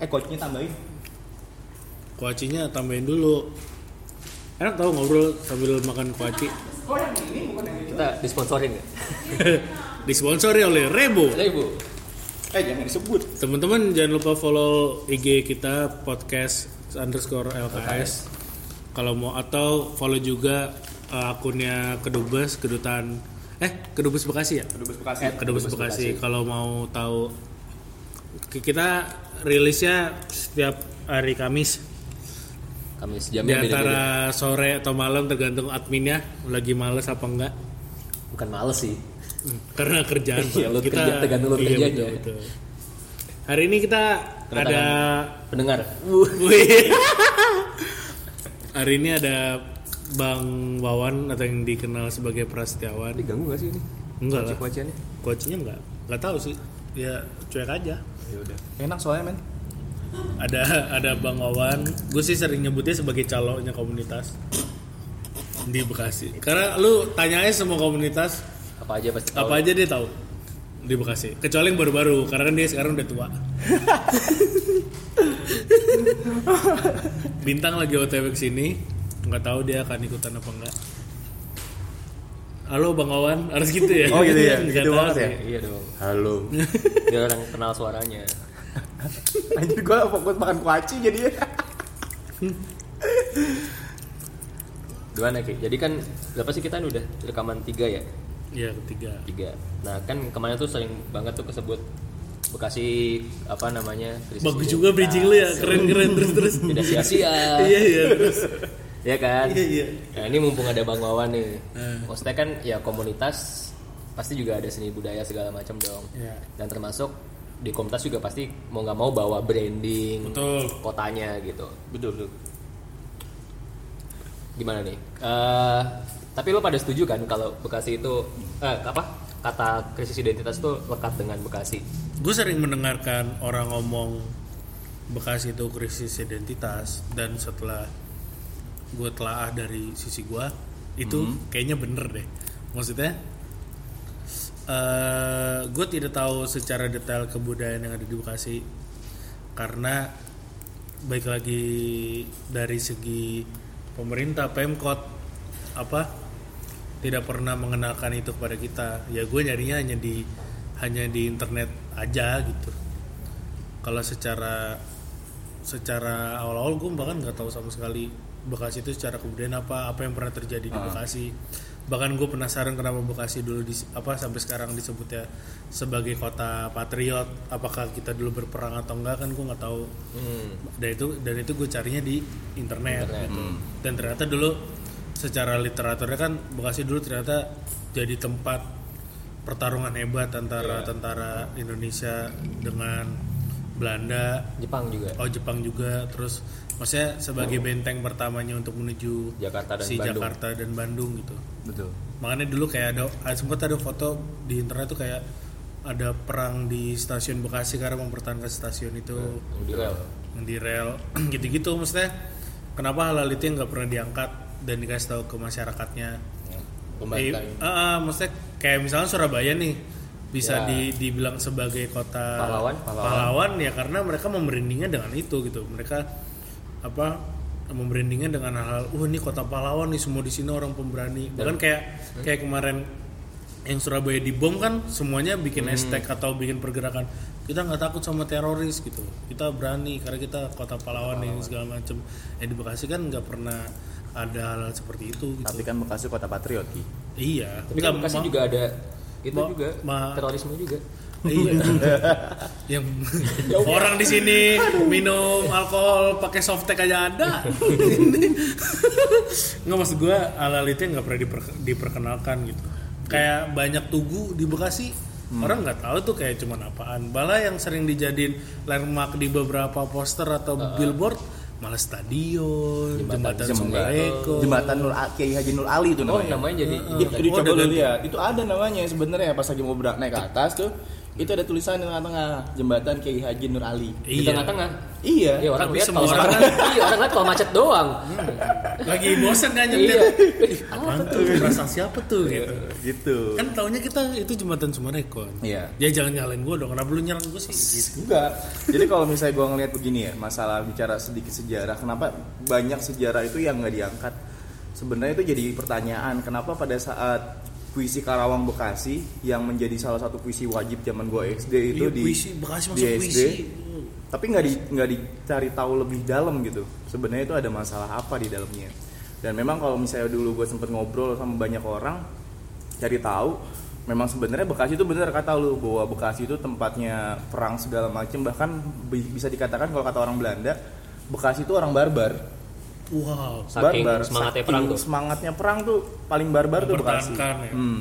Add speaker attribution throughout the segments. Speaker 1: eh coachnya tambahin
Speaker 2: Kuacinya tambahin dulu. Enak tau ngobrol sambil makan kuaci.
Speaker 3: Kita disponsorin nggak?
Speaker 2: Disponsori oleh Rebo.
Speaker 3: Ada ibu.
Speaker 1: eh jangan disebut
Speaker 2: Teman-teman jangan lupa follow IG kita podcast underscore LKS. Kalau mau atau follow juga eh, akunnya Kedubes Kedutaan eh Kedubes Bekasi ya?
Speaker 1: kedubes bekasi
Speaker 2: Eh, Kedubes Bekasi. Kalau mau tahu ki- kita rilisnya setiap hari Kamis di
Speaker 3: Kami sejamnya beda-beda.
Speaker 2: antara sore atau malam tergantung adminnya lagi males apa enggak
Speaker 3: Bukan males sih.
Speaker 2: karena kerjaan
Speaker 3: Iya, lu
Speaker 2: Pak. kita
Speaker 3: kerja, tergantung lu
Speaker 2: iya,
Speaker 3: kerjanya.
Speaker 2: betul, betul. hari ini kita ada
Speaker 3: Pendengar.
Speaker 2: Wih. hari ini ada Bang Wawan atau yang dikenal sebagai Prasetyawan
Speaker 3: Diganggu gak sih ini?
Speaker 2: enggak lah
Speaker 3: Kuaciannya?
Speaker 2: coachnya enggak enggak tahu sih ya cuek aja
Speaker 3: Ya udah.
Speaker 1: enak soalnya men
Speaker 2: ada ada Bang Wawan gue sih sering nyebutnya sebagai calonnya komunitas di Bekasi karena lu tanya aja semua komunitas
Speaker 3: Apa aja pasti tahu.
Speaker 2: apa aja dia tahu di Bekasi kecuali yang baru-baru karena kan dia sekarang udah tua bintang lagi otw ke sini nggak tahu dia akan ikutan apa enggak halo bang Wawan harus gitu ya
Speaker 1: Oh, gitu ya?
Speaker 2: Nggak
Speaker 1: Gitu
Speaker 2: tahu
Speaker 1: banget
Speaker 2: sih.
Speaker 1: ya?
Speaker 3: Iya dong.
Speaker 1: halo
Speaker 3: Biar orang kenal suaranya.
Speaker 1: anjir gue fokus makan kuaci jadi
Speaker 3: Gimana Ki? Jadi kan berapa sih kita udah rekaman tiga ya?
Speaker 2: Iya, ketiga
Speaker 3: Tiga. Nah kan kemarin tuh sering banget tuh kesebut Bekasi apa namanya? krisis
Speaker 2: bagus
Speaker 3: ini.
Speaker 2: juga bridging lu ya keren keren terus terus
Speaker 3: Tidak sia-sia.
Speaker 2: iya iya terus
Speaker 3: ya kan?
Speaker 2: Iya, iya.
Speaker 3: Nah, ini mumpung ada Bang Wawan nih.
Speaker 2: Hmm.
Speaker 3: Maksudnya kan ya komunitas pasti juga ada seni budaya segala macam dong.
Speaker 2: Iya.
Speaker 3: Dan termasuk di komunitas juga pasti mau nggak mau bawa branding
Speaker 2: betul
Speaker 3: kotanya gitu.
Speaker 1: betul betul
Speaker 3: Gimana nih? Eh, tapi lo pada setuju kan kalau Bekasi itu eh, apa? Kata krisis identitas tuh lekat dengan Bekasi.
Speaker 2: gue sering mendengarkan orang ngomong Bekasi itu krisis identitas dan setelah gue telaah dari sisi gue itu kayaknya bener deh maksudnya gue tidak tahu secara detail kebudayaan yang ada di Bekasi karena baik lagi dari segi pemerintah pemkot apa tidak pernah mengenalkan itu kepada kita ya gue nyarinya hanya di hanya di internet aja gitu kalau secara secara awal-awal gue bahkan nggak tahu sama sekali Bekasi itu secara kemudian apa apa yang pernah terjadi di Bekasi bahkan gue penasaran kenapa Bekasi dulu di, apa sampai sekarang disebutnya sebagai kota patriot apakah kita dulu berperang atau enggak kan gue nggak tahu dan itu dan itu gue carinya di internet, gitu.
Speaker 3: Hmm.
Speaker 2: dan ternyata dulu secara literaturnya kan Bekasi dulu ternyata jadi tempat pertarungan hebat antara
Speaker 3: Iya.
Speaker 2: tentara Indonesia dengan Belanda
Speaker 3: Jepang juga.
Speaker 2: oh Jepang juga terus maksudnya sebagai benteng pertamanya untuk menuju
Speaker 3: Oh. Jakarta dan
Speaker 2: si
Speaker 3: Bandung.
Speaker 2: Jakarta dan Bandung gitu
Speaker 1: betul
Speaker 2: makanya dulu kayak ada ada- sempat ada foto di internet tuh kayak ada perang di stasiun Bekasi karena mempertahankan stasiun itu
Speaker 3: Iya, Yang di rel.
Speaker 2: yang di rel gitu-gitu maksudnya kenapa hal-hal itu yang nggak pernah diangkat dan dikasih tahu ke masyarakatnya
Speaker 3: Pembantaian.
Speaker 2: Eh, ah, ah, maksudnya kayak misalnya Surabaya nih bisa
Speaker 3: Ya.
Speaker 2: di- dibilang sebagai kota
Speaker 3: Pahlawan, pahlawan.
Speaker 2: pahlawan ya karena mereka membrandingnya dengan itu gitu mereka apa membrandingnya dengan hal-hal uh ini kota pahlawan nih semua di sini orang pemberani bahkan kayak kayak kemarin yang Surabaya dibom kan semuanya
Speaker 3: Hmm.
Speaker 2: bikin hashtag atau bikin pergerakan kita nggak takut sama teroris gitu kita berani karena kita kota pahlawan yang segala macem yang di Bekasi kan nggak pernah ada hal, seperti itu gitu
Speaker 1: tapi kan bekasi kota patriot ki
Speaker 2: iya
Speaker 3: Tapi
Speaker 2: Nggak,
Speaker 3: kan Bekasi
Speaker 2: ma-
Speaker 3: juga ada itu
Speaker 2: ma-
Speaker 3: juga
Speaker 2: ma-
Speaker 3: terorisme juga.
Speaker 2: iya yang
Speaker 3: Ya
Speaker 2: orang di sini minum alkohol pakai softtek aja ada nggak maksud gue hal-hal itu yang nggak pernah diper- diperkenalkan gitu kayak banyak tugu di Bekasi
Speaker 3: Hmm.
Speaker 2: orang nggak tahu tuh kayak cuman apaan bala yang sering dijadiin landmark di beberapa poster atau billboard malah stadion jembatan, Sunda Eko
Speaker 1: jembatan Nur Kiai Haji Nur Ali itu
Speaker 3: Oh
Speaker 1: namanya oh,
Speaker 2: ya? Eh,
Speaker 3: namanya jadi
Speaker 1: ya. itu, itu coba lu lihat itu ada namanya sebenarnya pas lagi mau berak naik ke atas tuh Itu ada tulisan di tengah-tengah jembatan Kiai Haji Nur Ali.
Speaker 3: di
Speaker 2: Iya.
Speaker 3: tengah-tengah
Speaker 1: Iya.
Speaker 3: ya orang
Speaker 2: Tapi
Speaker 3: lihat
Speaker 2: semua
Speaker 3: kalau
Speaker 2: orang kan- Hmm.
Speaker 3: iya orang lihat kalau macet doang
Speaker 2: lagi bosen kan nyetir
Speaker 3: iya
Speaker 2: apaan tuh perasaan siapa tuh gitu
Speaker 1: Gitu.
Speaker 2: kan taunya kita itu jembatan Sumarekon
Speaker 1: Iya.
Speaker 2: ya jangan nyalain gue dong kenapa lu nyerang gue sih gitu.
Speaker 1: Enggak. Jadi kalau misalnya gue ngeliat begini ya, masalah bicara sedikit sejarah, kenapa banyak sejarah itu yang nggak diangkat? Sebenarnya itu jadi pertanyaan, kenapa pada saat puisi Karawang Bekasi yang menjadi salah satu puisi wajib zaman gue SD itu
Speaker 2: Iya,
Speaker 1: di
Speaker 2: puisi
Speaker 1: di
Speaker 2: Bekasi masuk
Speaker 1: SD,
Speaker 2: puisi
Speaker 1: tapi nggak di nggak dicari tahu lebih dalam gitu sebenarnya itu ada masalah apa di dalamnya dan memang kalau misalnya dulu gue sempet ngobrol sama banyak orang cari tahu memang sebenarnya Bekasi itu bener kata lu bahwa Bekasi itu tempatnya perang segala macem bahkan bi- bisa dikatakan kalau kata orang Belanda Bekasi itu orang barbar
Speaker 2: wow
Speaker 3: saking
Speaker 1: barbar,
Speaker 3: semangatnya
Speaker 1: saking
Speaker 3: perang tuh
Speaker 1: semangatnya perang tuh paling barbar tuh Bekasi.
Speaker 2: Mempertahankan, ya.
Speaker 1: Hmm.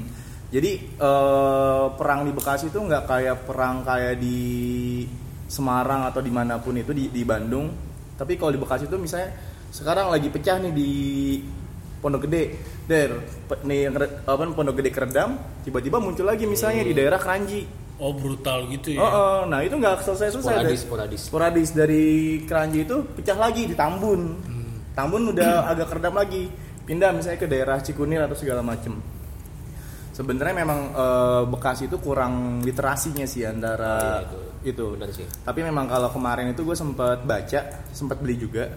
Speaker 1: Jadi eh, perang di Bekasi tuh nggak kayak perang kayak di Semarang atau dimanapun itu di, di Bandung. Tapi kalau di Bekasi tuh misalnya sekarang lagi pecah nih di Pondok Gede, der pe- nih yang re- apa Pondok Gede keredam, tiba-tiba muncul lagi misalnya di daerah Kranji.
Speaker 2: oh brutal gitu ya
Speaker 1: Oh, oh, nah itu nggak selesai-selesai.
Speaker 3: sporadis
Speaker 1: Der.
Speaker 3: sporadis
Speaker 1: Sporadis dari Kranji itu pecah lagi di Tambun.
Speaker 3: Hmm.
Speaker 1: Tambun udah agak keredam lagi. Pindah misalnya ke daerah Cikunir atau segala macem. Sebenarnya memang eh, Bekasi itu kurang literasinya sih antara
Speaker 3: Oh,
Speaker 1: itu.
Speaker 3: benar sih
Speaker 1: Tapi memang kalau kemarin itu gue sempat baca, sempat beli juga.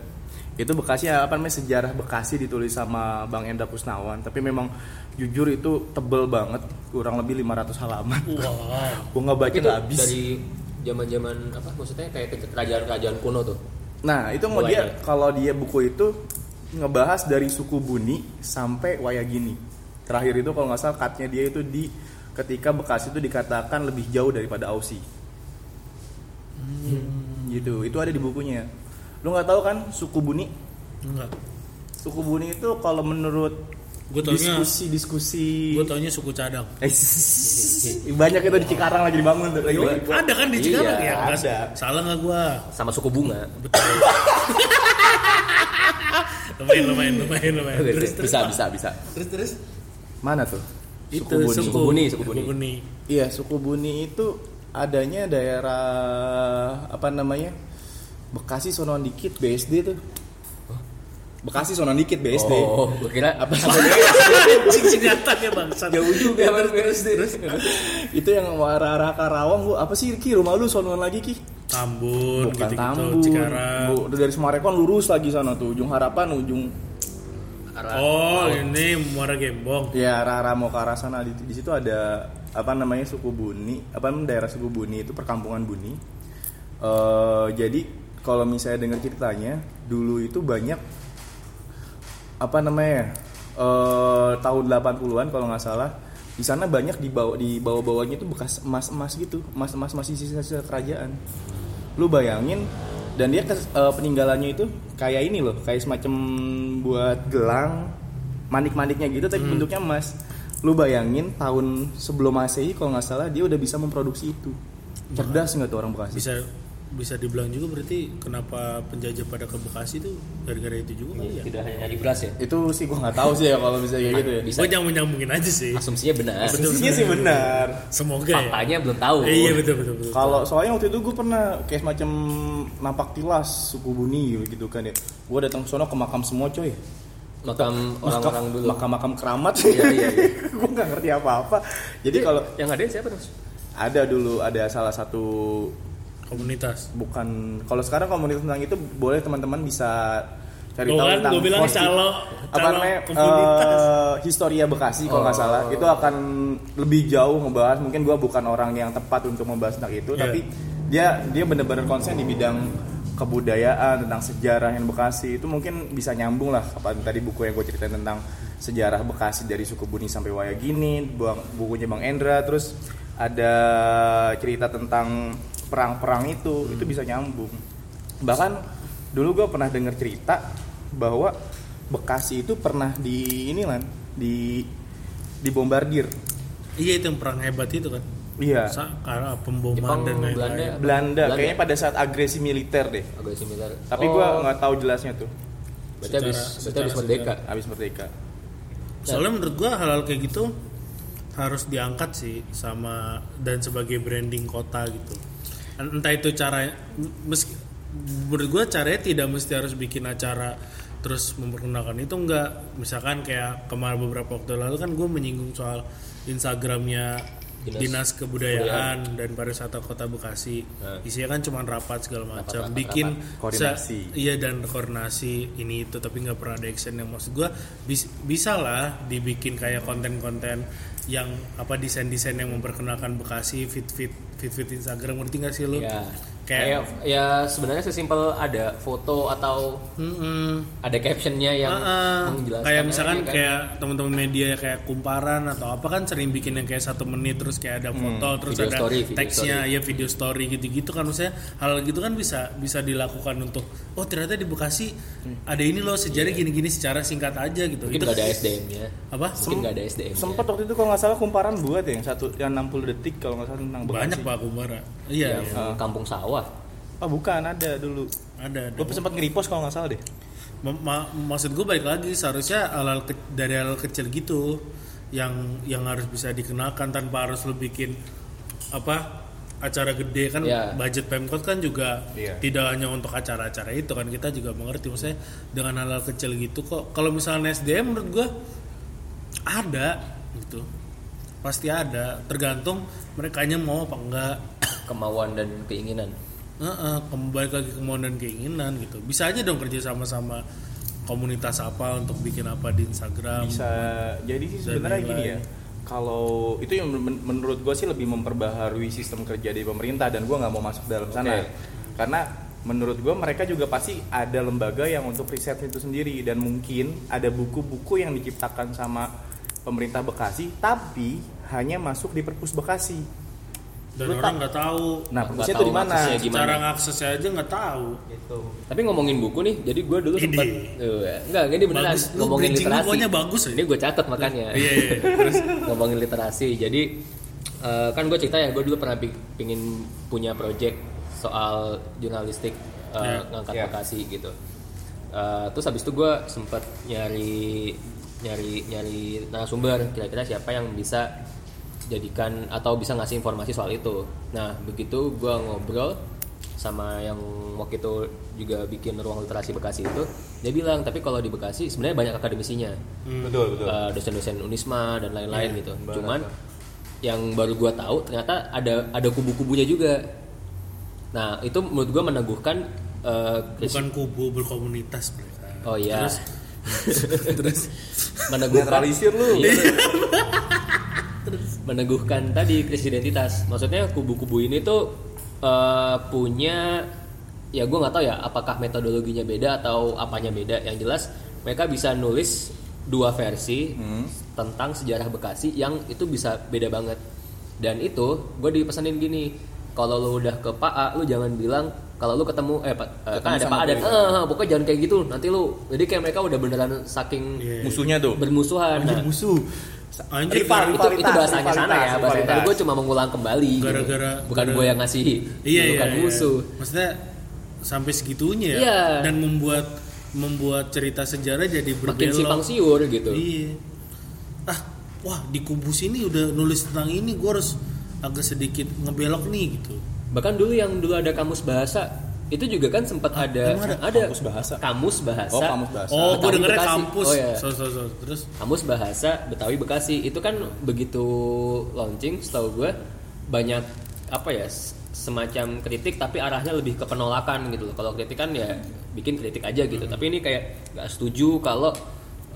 Speaker 1: Itu Bekasi apa namanya sejarah Bekasi ditulis sama Bang Enda Kusnawan. Tapi memang jujur itu tebel banget, kurang lebih 500 halaman.
Speaker 2: wow
Speaker 1: Gue nggak baca
Speaker 3: itu
Speaker 1: nggak kan habis.
Speaker 3: dari zaman-zaman apa maksudnya kayak ke- kerajaan-kerajaan kuno tuh
Speaker 1: Nah itu mau
Speaker 3: Mulai
Speaker 1: dia
Speaker 3: dari-
Speaker 1: kalau dia buku itu ngebahas dari suku Buni sampai Wayagini. Terakhir itu kalau nggak salah cutnya dia itu di ketika Bekasi itu dikatakan lebih jauh daripada Aussie. Gitu itu ada di bukunya. Lu nggak tahu kan suku Buni?
Speaker 2: enggak
Speaker 1: Suku Buni itu kalau menurut
Speaker 2: Gua taunya-
Speaker 1: diskusi diskusi
Speaker 2: gue taunya suku cadang
Speaker 1: Eh, banyak itu di Cikarang lagi dibangun tuh. Lagi-
Speaker 2: Yo, ada kan di Cikarang
Speaker 1: Iya,
Speaker 2: ya nggak
Speaker 1: ada.
Speaker 2: salah nggak gue
Speaker 3: sama suku bunga
Speaker 2: betul lumayan lumayan lumayan lumayan terus terus
Speaker 1: Bisa bisa bisa.
Speaker 2: terus terus
Speaker 1: Mana tuh?
Speaker 2: itu
Speaker 1: Buni.
Speaker 3: Suku Buni, suku Buni.
Speaker 1: Iya, suku Buni itu adanya daerah apa namanya? Bekasi sonon dikit BSD tuh. Bekasi sonon dikit BSD.
Speaker 3: oh gue kira apa Iya,
Speaker 2: anjing singkatannya bangsa
Speaker 1: Jauh juga.
Speaker 3: terus
Speaker 1: itu yang arah-arah Karawang, Bu. Apa sih Ki rumah lu sonon lagi Ki?
Speaker 2: Tambun
Speaker 1: Bukan
Speaker 2: gitu gitu
Speaker 1: Tambun.
Speaker 2: Cikarang
Speaker 1: Bu, dari Semarekon lurus lagi sana tuh, ujung harapan ujung
Speaker 2: oh ini muara gembong
Speaker 1: ya arah-arah mau ke arah sana di, di situ ada apa namanya suku Buni, apa namanya daerah suku Buni itu perkampungan Buni. Eh, jadi kalau misalnya dengar ceritanya, dulu itu banyak apa namanya eh tahun 80-an kalau nggak salah di sana banyak di bawah di bawah bawahnya itu bekas emas emas gitu emas emas masih sisa sisa kerajaan lu bayangin dan dia kes- eh, peninggalannya itu kayak ini loh kayak semacam buat gelang manik maniknya gitu tapi bentuknya emas lu bayangin tahun sebelum masehi kalau nggak salah dia udah bisa memproduksi itu cerdas nggak tuh orang bekasi
Speaker 2: bisa bisa dibilang juga berarti kenapa penjajah pada ke Bekasi tuh gara-gara itu juga kali ya
Speaker 3: tidak hanya nyari beras ya
Speaker 1: itu sih gua nggak tahu sih ya kalau misalnya kayak gitu ya
Speaker 3: bisa
Speaker 2: gue nyambung nyambungin aja sih
Speaker 3: asumsinya benar
Speaker 2: Betul.
Speaker 1: Asumsinya Iya sih benar
Speaker 2: semoga ya
Speaker 3: faktanya belum tahu
Speaker 2: Eh, iya betul betul betul
Speaker 1: Kalau soalnya waktu itu gue pernah kayak semacam napak tilas suku Buni gitu kan ya. Gue datang ke sono ke makam semua coy.
Speaker 3: makam orang-orang dulu
Speaker 1: Makam-makam keramat.
Speaker 3: Iya, iya, iya.
Speaker 1: gue nggak ngerti apa-apa. Jadi kalau
Speaker 3: yang ada siapa terus
Speaker 1: ada dulu ada salah satu
Speaker 2: komunitas
Speaker 1: bukan kalau sekarang komunitas tentang itu boleh teman-teman bisa cari
Speaker 2: Tuh
Speaker 1: tahu
Speaker 2: kan,
Speaker 1: tentang
Speaker 2: gua bilang
Speaker 1: konsti-
Speaker 2: calo-
Speaker 1: apa
Speaker 2: calo
Speaker 1: namanya
Speaker 2: komunitas.
Speaker 1: eh, historia Bekasi kalau nggak salah
Speaker 3: Oh.
Speaker 1: itu akan lebih jauh ngebahas mungkin gua bukan orang yang tepat untuk membahas tentang itu
Speaker 2: Iya.
Speaker 1: tapi dia dia benar-benar konsen di bidang kebudayaan tentang sejarah yang Bekasi itu mungkin bisa nyambung lah apa tadi buku yang gue ceritain tentang sejarah Bekasi dari suku Buni sampai Wayagini buang- bukunya Bang Endra terus ada cerita tentang perang-perang itu itu bisa nyambung bahkan dulu gue pernah dengar cerita bahwa Bekasi itu pernah di ini lan di dibombardir
Speaker 2: iya itu yang perang hebat itu kan
Speaker 1: iya
Speaker 2: Sa- karena pemboman
Speaker 3: Jepang
Speaker 2: dan
Speaker 3: Belanda
Speaker 2: lain-lain
Speaker 1: Belanda kayaknya pada saat agresi militer deh
Speaker 3: agak similar
Speaker 1: tapi
Speaker 3: Oh,
Speaker 1: gua nggak tahu jelasnya tuh
Speaker 3: berarti habis
Speaker 2: Secara-
Speaker 3: berarti habis
Speaker 2: secara
Speaker 3: merdeka
Speaker 1: habis merdeka
Speaker 2: soalnya menurut gua hal-hal kayak gitu harus diangkat sih sama dan sebagai branding kota gitu entah itu cara meski menurut gue caranya tidak mesti harus bikin acara terus memperkenalkan itu enggak misalkan kayak kemarin beberapa waktu lalu kan gue menyinggung soal Instagramnya
Speaker 3: Dinas
Speaker 2: dinas, kebudayaan dan pariwisata kota Bekasi isinya kan cuma rapat segala macam
Speaker 3: rapat,
Speaker 2: bikin
Speaker 1: Koordinasi.
Speaker 2: se- iya dan koordinasi ini itu tapi nggak pernah ada action yang maksud gue bis- bisa lah dibikin kayak konten-konten yang apa desain-desain yang memperkenalkan Bekasi fit fit fit fit Instagram ngerti nggak sih lu
Speaker 3: ya
Speaker 2: kayak
Speaker 3: kayak ya sebenarnya sesimpel ada foto atau
Speaker 2: Mm-mm.
Speaker 3: ada captionnya yang
Speaker 2: Ah,
Speaker 3: menjelaskan
Speaker 2: kayak
Speaker 3: aja,
Speaker 2: misalkan
Speaker 3: kan?
Speaker 2: kayak teman-teman media kayak kumparan atau apa kan sering bikin yang kayak satu menit terus kayak ada foto terus
Speaker 3: Hmm, Video
Speaker 2: ada
Speaker 3: story, video
Speaker 2: teksnya ya video story gitu-gitu kan maksudnya hal gitu kan bisa bisa dilakukan untuk oh ternyata di Bekasi ada ini loh sejarah gini-gini secara singkat aja gitu
Speaker 3: Hmm. Iya. mungkin
Speaker 2: itu
Speaker 3: nggak ada SDM-nya
Speaker 2: apa
Speaker 3: mungkin nggak ada SDM -nya.
Speaker 1: Sempet waktu itu kalau nggak salah kumparan buat ya yang satu yang 60 detik kalau nggak salah tentang Bekasi.
Speaker 2: banyak pak kumparan iya iya.
Speaker 3: Yang eh, kampung sawah
Speaker 1: Oh bukan ada dulu.
Speaker 2: ada,
Speaker 3: Oh,
Speaker 2: ada.
Speaker 1: Gue sempat nge-repost kalau nggak salah deh.
Speaker 2: Ma- ma- maksud gue balik lagi seharusnya hal-hal ke- dari hal kecil gitu yang yang harus bisa dikenalkan tanpa harus lo bikin apa acara gede kan
Speaker 3: Iya.
Speaker 2: budget pemkot kan juga
Speaker 1: Iya.
Speaker 2: tidak hanya untuk acara-acara itu kan kita juga mengerti maksudnya dengan hal-hal kecil gitu kok kalau misalnya SDM menurut gue ada gitu pasti ada tergantung mereka mau apa enggak
Speaker 3: kemauan dan keinginan
Speaker 2: Heeh, kembali lagi kemauan dan keinginan gitu. Bisa aja dong kerja sama sama komunitas apa untuk bikin apa di Instagram.
Speaker 1: bisa jadi sih
Speaker 2: Dan
Speaker 1: sebenarnya
Speaker 2: lain-lain.
Speaker 1: gini ya kalau itu yang men- menurut gue sih lebih memperbaharui sistem kerja dari pemerintah dan gue nggak mau masuk dalam sana
Speaker 3: Oke.
Speaker 1: karena menurut gue mereka juga pasti ada lembaga yang untuk riset itu sendiri dan mungkin ada buku-buku yang diciptakan sama pemerintah Bekasi tapi hanya masuk di perpus Bekasi
Speaker 2: Dan
Speaker 1: Lu
Speaker 2: orang nggak tahu.
Speaker 1: nah
Speaker 3: Nggak
Speaker 1: perpusnya
Speaker 3: tahu
Speaker 1: itu di mana
Speaker 3: aksesnya gimana. Eh.
Speaker 2: Cara ngaksesnya aja nggak tahu.
Speaker 3: tapi ngomongin buku nih jadi gue dulu
Speaker 2: Ini.
Speaker 3: sempat Eh, enggak ini beneran
Speaker 2: Bagus. Lu
Speaker 3: ngomongin
Speaker 2: bridging lu
Speaker 3: literasi
Speaker 2: pokoknya bagus ya.
Speaker 3: ini gue catat makanya
Speaker 2: Iya iya. Terus
Speaker 3: ngomongin literasi jadi eh, kan gue cerita ya gue dulu pernah pi- pingin punya project soal jurnalistik eh,
Speaker 2: Ya.
Speaker 3: ngangkat
Speaker 1: Ya.
Speaker 3: Bekasi gitu Eh, terus habis itu gue sempet nyari nyari nyari narasumber kira-kira siapa yang bisa jadikan atau bisa ngasih informasi soal itu nah begitu gue ngobrol sama yang waktu itu juga bikin ruang literasi Bekasi itu dia bilang tapi kalau di Bekasi sebenarnya banyak akademisinya
Speaker 1: betul Iya,
Speaker 3: eh, dosen-dosen Unisma dan lain-lain gitu. Cuman yang baru gua tahu ternyata ada ada kubu-kubunya juga. Nah, itu menurut gua meneguhkan eh,
Speaker 2: bukan kubu berkomunitas mereka.
Speaker 3: Oh iya. Terus, meneguhkan
Speaker 1: netralisir lu
Speaker 3: Iya. meneguhkan tadi krisis identitas. Maksudnya kubu-kubu ini tuh eh, punya ya gue nggak tahu ya apakah metodologinya beda atau apanya beda. Yang jelas mereka bisa nulis dua versi tentang sejarah Bekasi yang itu bisa beda banget. Dan itu gue dipesenin gini, kalau lu udah ke Pak A, lu jangan bilang kalau lu ketemu eh Pak- eh,
Speaker 1: Ketemu
Speaker 3: kan ada
Speaker 1: sama
Speaker 3: Pak A dan
Speaker 1: polisi.
Speaker 3: "Eh, pokoknya jangan kayak gitu. Nanti lu jadi kayak mereka udah beneran saking
Speaker 2: Iya.
Speaker 1: musuhnya tuh
Speaker 3: bermusuhan. Nah,
Speaker 1: musuh
Speaker 2: Anjir,
Speaker 1: Rival,
Speaker 3: itu, itu
Speaker 1: rivalitas,
Speaker 3: bahasanya sana ya
Speaker 1: rivalitas,
Speaker 3: bahasa
Speaker 1: rivalitas.
Speaker 3: gue cuma mengulang kembali gitu.
Speaker 2: Gara-gara-
Speaker 3: bukan
Speaker 2: gara-
Speaker 3: gue yang ngasih
Speaker 2: Iya iya.
Speaker 3: bukan
Speaker 2: iya.
Speaker 3: musuh
Speaker 2: Maksudnya sampai segitunya ya.
Speaker 3: Iya.
Speaker 2: Dan membuat membuat cerita sejarah jadi
Speaker 3: makin simpang
Speaker 2: berbelok.
Speaker 3: siur gitu
Speaker 2: Iya. Ah, wah di kubu sini udah nulis tentang ini, gue harus agak sedikit ngebelok nih gitu.
Speaker 3: bahkan dulu yang dulu ada kamus bahasa itu juga kan sempat
Speaker 2: Ah,
Speaker 3: ada
Speaker 2: emang ada
Speaker 1: kamus bahasa?
Speaker 3: kamus bahasa
Speaker 1: oh kamus bahasa
Speaker 2: Oh,
Speaker 3: Betawi
Speaker 2: gue dengernya
Speaker 3: Bekasi.
Speaker 2: kampus.
Speaker 3: Oh, iya.
Speaker 2: So, so, so. Terus
Speaker 3: Kamus bahasa Betawi Bekasi itu kan begitu launching setahu gue banyak apa ya s- semacam kritik tapi arahnya lebih ke penolakan gitu loh. Kalau kritik kan ya bikin kritik aja gitu.
Speaker 1: Hmm.
Speaker 3: Tapi ini kayak nggak setuju kalau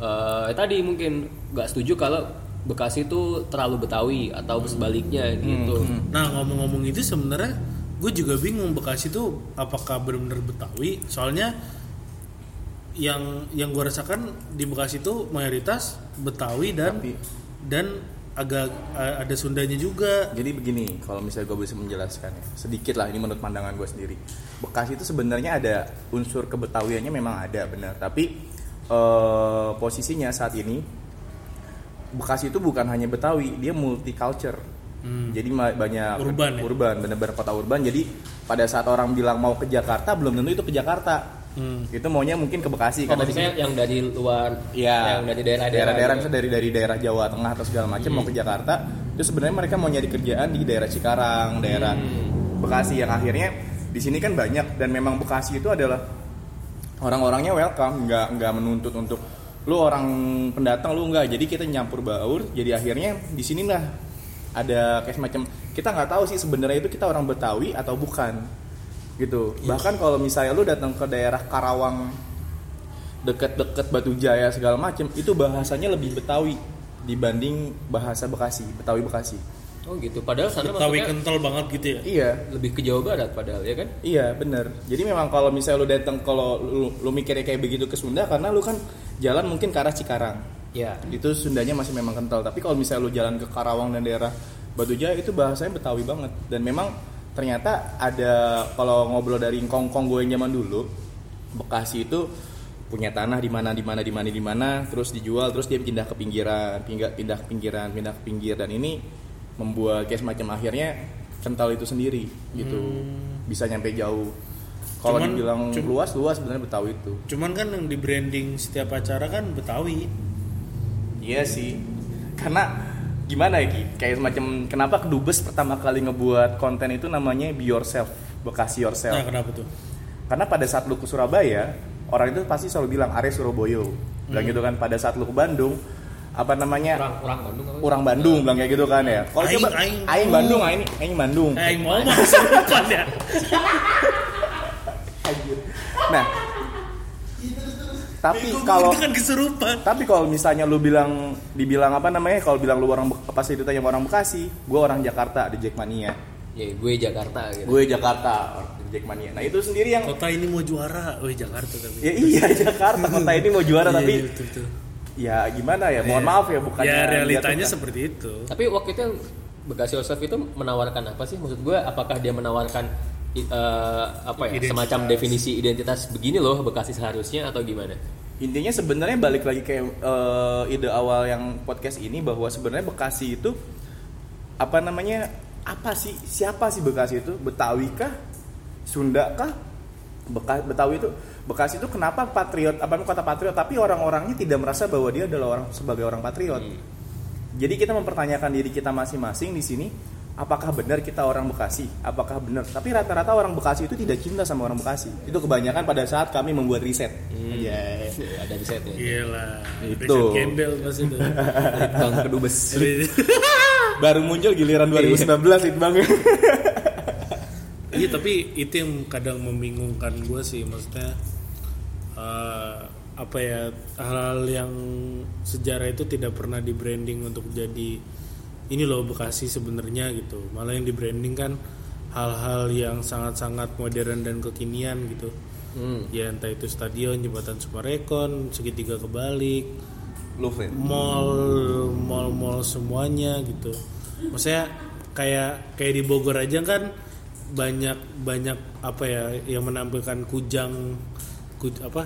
Speaker 3: eh, tadi mungkin nggak setuju kalau Bekasi itu terlalu Betawi atau sebaliknya
Speaker 1: Hmm.
Speaker 3: gitu.
Speaker 2: Nah ngomong-ngomong itu sebenarnya gue juga bingung Bekasi itu apakah benar-benar Betawi? Soalnya yang yang gue rasakan di Bekasi itu mayoritas Betawi dan
Speaker 1: Tapi-
Speaker 2: dan agak a- ada Sundanya juga.
Speaker 1: Jadi begini, kalau misalnya gue bisa menjelaskan ya, sedikit lah ini menurut pandangan gue sendiri. Bekasi itu sebenarnya ada unsur kebetawiannya memang ada benar, tapi eh, posisinya saat ini Bekasi itu bukan hanya Betawi, dia multiculture. Jadi ma- banyak
Speaker 2: Hmm. Urban ya?
Speaker 1: urban benar-benar kota urban. Jadi pada saat orang bilang mau ke Jakarta, belum tentu itu ke Jakarta.
Speaker 2: Hmm.
Speaker 1: Itu maunya mungkin ke Bekasi
Speaker 3: Oh,
Speaker 1: karena di
Speaker 3: maksudnya yang dari luar,
Speaker 1: Iya.
Speaker 3: yang dari daerah-daerah. gitu. Hmm.
Speaker 1: daerah-daerah misalnya dari dari daerah Jawa Tengah atau segala macam mau ke Jakarta itu sebenarnya mereka mau nyari kerjaan di daerah Cikarang daerah
Speaker 3: Hmm.
Speaker 1: Bekasi yang akhirnya di sini kan banyak dan memang Bekasi itu adalah orang-orangnya welcome nggak nggak menuntut untuk lu orang pendatang lu nggak jadi kita nyampur baur jadi akhirnya di sinilah ada kayak semacam kita nggak tahu sih sebenarnya itu kita orang Betawi atau bukan gitu
Speaker 3: Iya.
Speaker 1: bahkan kalau misalnya lu datang ke daerah Karawang deket-deket Batu Jaya segala macem itu bahasanya lebih Betawi dibanding bahasa Bekasi Betawi Bekasi
Speaker 3: Oh gitu. Padahal sana
Speaker 2: Betawi
Speaker 3: maksudnya
Speaker 2: kental banget gitu ya.
Speaker 1: iya
Speaker 3: lebih ke Jawa Barat padahal ya kan?
Speaker 1: iya bener jadi memang kalau misalnya lu datang kalau lu, lu mikirnya kayak begitu ke Sunda karena lu kan jalan mungkin ke arah Cikarang
Speaker 3: Ya.
Speaker 1: itu Sundanya masih memang kental tapi kalau misalnya lu jalan ke Karawang dan daerah Batu Jaya itu bahasanya Betawi banget dan memang ternyata ada kalau ngobrol dari kongkong gue yang zaman dulu Bekasi itu punya tanah di mana di mana di mana di mana terus dijual terus dia pindah ke pinggiran pindah pindah ke pinggiran pindah ke pinggir dan ini membuat kayak semacam akhirnya kental itu sendiri gitu bisa nyampe jauh kalau
Speaker 2: Cuman-
Speaker 1: dibilang
Speaker 2: cum-
Speaker 1: luas luas sebenarnya Betawi itu
Speaker 2: Cuman kan yang di branding setiap acara kan Betawi.
Speaker 1: Iya sih. Karena gimana ya Ki? Kayak semacam kenapa Kedubes pertama kali ngebuat konten itu namanya Be Yourself, Bekasi
Speaker 2: Nah,
Speaker 3: Iya.
Speaker 1: Yourself.
Speaker 2: kenapa tuh?
Speaker 1: Karena pada saat lu ke Surabaya, orang itu pasti selalu bilang Are Surabaya. Bilang gitu kan pada saat lu ke Bandung, apa namanya?
Speaker 3: Orang orang Bandung apa?
Speaker 1: Orang Bandung bilang kayak gitu kan ya. Kalau
Speaker 2: Aing,
Speaker 1: coba
Speaker 2: aing.
Speaker 1: aing Bandung, aing aing Bandung.
Speaker 2: Eh, yang mau maksudnya ya.
Speaker 1: Nah, tapi kalau
Speaker 2: itu kan kesurupan.
Speaker 1: Tapi kalau misalnya lu bilang dibilang apa namanya? Kalau bilang lu orang Be- pasti ditanya orang Bekasi, gue orang Jakarta di Jackmania.
Speaker 3: Ya, gue Jakarta gitu.
Speaker 1: Gue Jakarta orang di Jackmania. Nah, itu sendiri yang
Speaker 2: Kota ini mau juara, woi Jakarta tapi.
Speaker 1: ya iya Jakarta kota ini mau juara
Speaker 2: Iya,
Speaker 1: tapi
Speaker 2: iya, betul, betul.
Speaker 1: ya gimana ya? Mohon maaf ya bukannya
Speaker 2: ya realitanya
Speaker 1: menjatuhkan.
Speaker 2: seperti itu.
Speaker 3: Tapi waktu itu yang Bekasi Yourself itu menawarkan apa sih? Maksud gue apakah dia menawarkan i- eh, apa ya
Speaker 2: Identitas.
Speaker 3: semacam definisi identitas begini loh Bekasi seharusnya atau gimana?
Speaker 1: intinya sebenarnya balik lagi ke eh, ide awal yang podcast ini bahwa sebenarnya Bekasi itu apa namanya apa sih siapa sih Bekasi itu Betawi kah Sunda kah Beka- Betawi itu Bekasi itu kenapa patriot apa kota patriot tapi orang-orangnya tidak merasa bahwa dia adalah orang sebagai orang patriot jadi kita mempertanyakan diri kita masing-masing di sini apakah benar kita orang Bekasi apakah benar tapi rata-rata orang Bekasi itu tidak cinta sama orang Bekasi itu kebanyakan pada saat kami membuat riset
Speaker 2: Eh.
Speaker 1: Yes.
Speaker 3: Ya, Ada di setnya.
Speaker 2: Gila.
Speaker 1: Itu.
Speaker 2: Richard Gembel pas itu.
Speaker 3: Bang Kedubes.
Speaker 1: baru muncul giliran 2019 itu bang
Speaker 2: Iya tapi itu yang kadang membingungkan gue sih maksudnya eh, apa ya hal-hal yang sejarah itu tidak pernah di branding untuk jadi ini loh Bekasi sebenarnya gitu malah yang di branding kan hal-hal yang sangat-sangat modern dan kekinian gitu ya entah itu stadion jembatan Sumarekon segitiga kebalik
Speaker 1: Louvre
Speaker 2: mall mall mall semuanya gitu maksudnya kayak kayak di Bogor aja kan banyak banyak apa ya yang menampilkan kujang ku- apa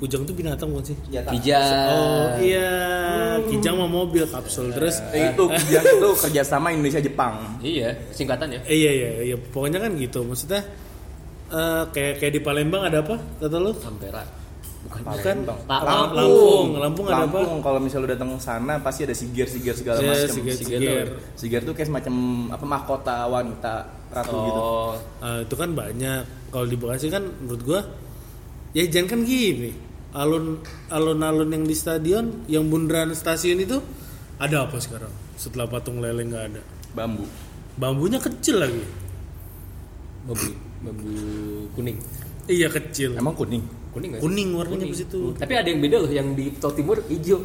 Speaker 2: kujang tuh binatang bukan sih
Speaker 3: Iya, Bija.
Speaker 2: oh iya kijang sama mobil kapsul terus
Speaker 1: Eh, itu kerjaan itu kerjasama Indonesia Jepang
Speaker 3: Iya, singkatan ya.
Speaker 2: eh, iya iya iya pokoknya kan gitu maksudnya eh, kayak kayak di Palembang ada apa kata lu
Speaker 3: Ampera.
Speaker 2: bukan
Speaker 3: Pak
Speaker 2: Lampung.
Speaker 3: Lampung.
Speaker 2: Lampung ada apa
Speaker 1: Lampung kalau misalnya lu datang ke sana pasti ada sigir sigir segala
Speaker 2: Iya,
Speaker 1: macam
Speaker 2: sigir-
Speaker 1: Sigir
Speaker 2: sigir.
Speaker 1: tuh- sigir tuh kayak semacam apa mahkota wanita ratu gitu
Speaker 3: Oh,
Speaker 2: Eh, itu kan banyak kalau di Bekasi kan menurut gua ya jangan kan gini alun alun-alun yang di stadion yang bundaran stasiun itu ada apa sekarang setelah patung lele nggak ada
Speaker 1: bambu
Speaker 2: bambunya kecil lagi
Speaker 3: bambu bambu kuning.
Speaker 2: iya kecil
Speaker 1: emang kuning
Speaker 3: Kuning nggak sih?
Speaker 2: kuning warnanya pas itu
Speaker 3: Tapi ada yang beda loh yang di Tol Timur hijau.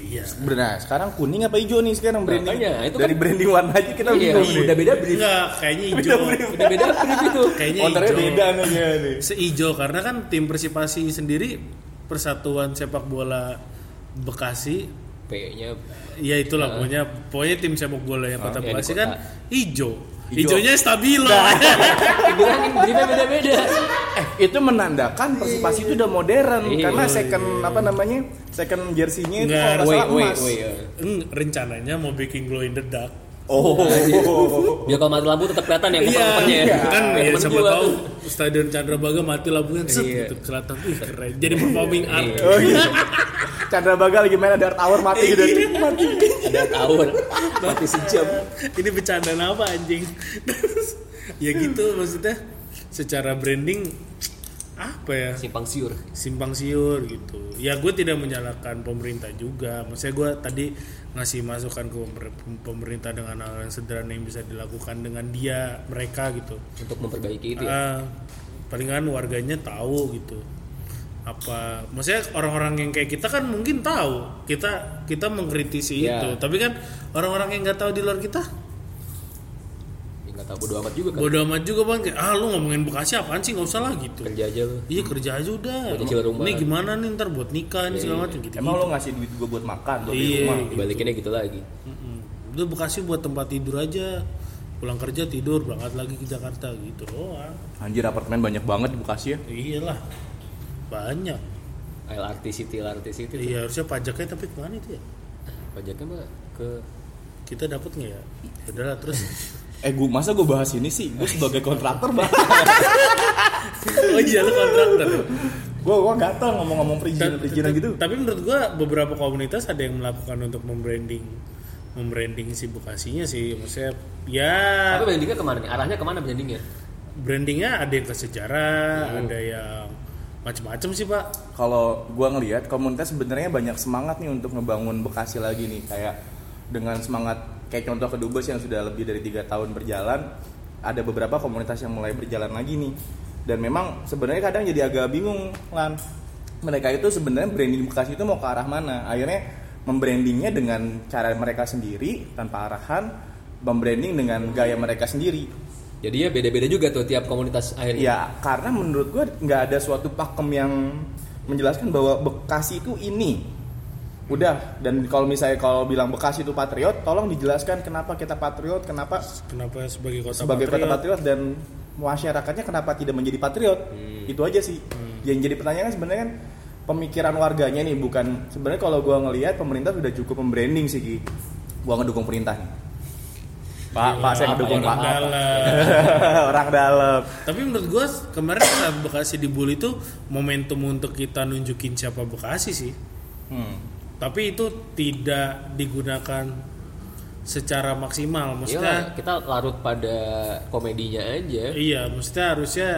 Speaker 2: iya
Speaker 1: Nah, sekarang kuning apa hijau nih sekarang branding?
Speaker 3: Makanya, itu
Speaker 1: Dari
Speaker 3: kan-
Speaker 1: branding warna aja kita
Speaker 3: iya,
Speaker 1: bingung nih.
Speaker 3: udah beda brief.
Speaker 2: enggak kayaknya
Speaker 1: Beda
Speaker 2: hijau
Speaker 1: brief.
Speaker 3: Udah beda brief itu.
Speaker 2: kayaknya
Speaker 1: Ownernya
Speaker 2: hijau
Speaker 1: beda nih ya, nih.
Speaker 2: seijo karena kan tim Persipasi sendiri Persatuan Sepak Bola Bekasi
Speaker 3: P-nya
Speaker 2: Ya itulah pokoknya pokoknya tim sepak bola yang kota
Speaker 3: Ah, iya, di
Speaker 2: Bekasi
Speaker 3: kota. Nah.
Speaker 2: kan hijau.
Speaker 1: Ijo.
Speaker 2: Hijaunya stabilo.
Speaker 3: dibilang briefnya beda-beda.
Speaker 1: Eh, itu menandakan Persipasi itu udah modern
Speaker 3: Iya.
Speaker 1: karena second apa namanya? Second jersey-nya itu
Speaker 2: Nggak,
Speaker 1: kalau nggak
Speaker 3: Woi,
Speaker 1: salah
Speaker 3: iya. woi,
Speaker 2: Kan
Speaker 1: emas.
Speaker 3: woi.
Speaker 2: Eng, rencananya mau bikin glow in the dark.
Speaker 1: Oh.
Speaker 3: Biar kalau mati lampu tetap kelihatan ya
Speaker 2: Iya,
Speaker 3: koper-kopernya ya.
Speaker 2: kan
Speaker 3: Biar
Speaker 2: ya
Speaker 3: temen
Speaker 2: siapa
Speaker 3: gua.
Speaker 2: tahu Stadion Candrabaga mati lampunya set
Speaker 3: Iya.
Speaker 2: gitu kelihatan ih keren. Jadi performing art.
Speaker 3: Iya.
Speaker 1: Oh iya. Chandra Baga lagi main ada tower mati gitu. Mati.
Speaker 3: Ada tower mati sejam.
Speaker 2: Ini bercandaan apa anjing? Terus, ya gitu maksudnya secara branding apa ya?
Speaker 3: Simpang siur.
Speaker 2: simpang siur gitu ya gue tidak menyalahkan pemerintah juga maksudnya gue tadi ngasih masukan ke pemer- pemerintah dengan hal yang sederhana yang bisa dilakukan dengan dia mereka gitu
Speaker 3: untuk memperbaiki itu
Speaker 2: Ah,
Speaker 3: ya.
Speaker 2: palingan warganya tahu gitu apa maksudnya orang-orang yang kayak kita kan mungkin tahu kita kita mengkritisi
Speaker 3: Ya.
Speaker 2: itu tapi kan orang-orang yang nggak tahu di luar kita
Speaker 3: Ya, nggak tahu bodo amat juga kan.
Speaker 2: bodoh amat juga bang kayak ah lu ngomongin bekasi apaan sih nggak usah lah gitu
Speaker 3: Kerja aja lu.
Speaker 2: Iya kerja aja udah.
Speaker 3: Buat cicilan rumah.
Speaker 2: Ini gimana nih ntar buat nikah nih
Speaker 3: Iya,
Speaker 2: segala
Speaker 3: iya.
Speaker 2: macam gitu.
Speaker 1: Emang lo ngasih duit gue buat makan, buat di
Speaker 2: Iya.
Speaker 1: rumah.
Speaker 3: Dibalikinnya gitu lagi.
Speaker 2: Udah Bekasi buat tempat tidur aja. Pulang kerja tidur, berangkat lagi ke Jakarta gitu doang.
Speaker 1: Anjir apartemen banyak banget di Bekasi ya.
Speaker 2: Iyalah. Banyak.
Speaker 3: LRT City, LRT City. tuh.
Speaker 2: Iya harusnya pajaknya tapi kemana itu ya?
Speaker 3: Pajaknya mah ke
Speaker 2: Kita dapat nggak ya? Udahlah terus.
Speaker 1: Eh gue masa gue bahas ini sih? Gue sebagai kontraktor bah.
Speaker 2: oh iya lu kontraktor.
Speaker 1: gue gue nggak tahu ngomong-ngomong perizinan perizinan gitu.
Speaker 2: Tapi menurut gua beberapa komunitas ada yang melakukan untuk membranding membranding si Bekasinya sih maksudnya ya
Speaker 3: Tapi brandingnya kemana nih? Arahnya kemana brandingnya?
Speaker 2: brandingnya ada yang ke sejarah, ada yang macam-macam sih pak.
Speaker 1: Kalau gue ngelihat komunitas sebenarnya banyak semangat nih untuk ngebangun Bekasi lagi nih kayak dengan semangat kayak contoh kedubes yang sudah lebih dari tiga tahun berjalan ada beberapa komunitas yang mulai berjalan lagi nih dan memang sebenarnya kadang jadi agak bingung lan mereka itu sebenarnya branding Bekasi itu mau ke arah mana akhirnya membrandingnya dengan cara mereka sendiri tanpa arahan membranding dengan gaya mereka sendiri
Speaker 3: Jadi ya beda-beda juga tuh tiap komunitas akhirnya.
Speaker 1: Ya, karena menurut gue nggak ada suatu pakem yang menjelaskan bahwa Bekasi itu ini. Udah, dan kalau misalnya kalau bilang Bekasi itu patriot, tolong dijelaskan kenapa kita patriot, kenapa
Speaker 2: Kenapa sebagai kota
Speaker 1: sebagai
Speaker 2: patriot?
Speaker 1: kota patriot dan masyarakatnya kenapa tidak menjadi patriot. Itu aja sih. Yang jadi pertanyaan sebenarnya kan pemikiran warganya nih, bukan sebenarnya kalau gue ngelihat pemerintah sudah cukup membranding sih. Ki. Gua ngedukung perintah nih. Pak, Pak saya
Speaker 3: apa,
Speaker 1: ngedukung
Speaker 3: orang
Speaker 1: Pak.
Speaker 2: Dalam.
Speaker 1: Orang dalam.
Speaker 2: Tapi menurut gue kemarin saat Bekasi dibully itu momentum untuk kita nunjukin siapa Bekasi sih.
Speaker 1: Hmm.
Speaker 2: Tapi itu tidak digunakan secara maksimal.
Speaker 3: Iya,
Speaker 2: Maksudnya
Speaker 3: kita larut pada komedinya aja.
Speaker 2: iya, maksudnya harusnya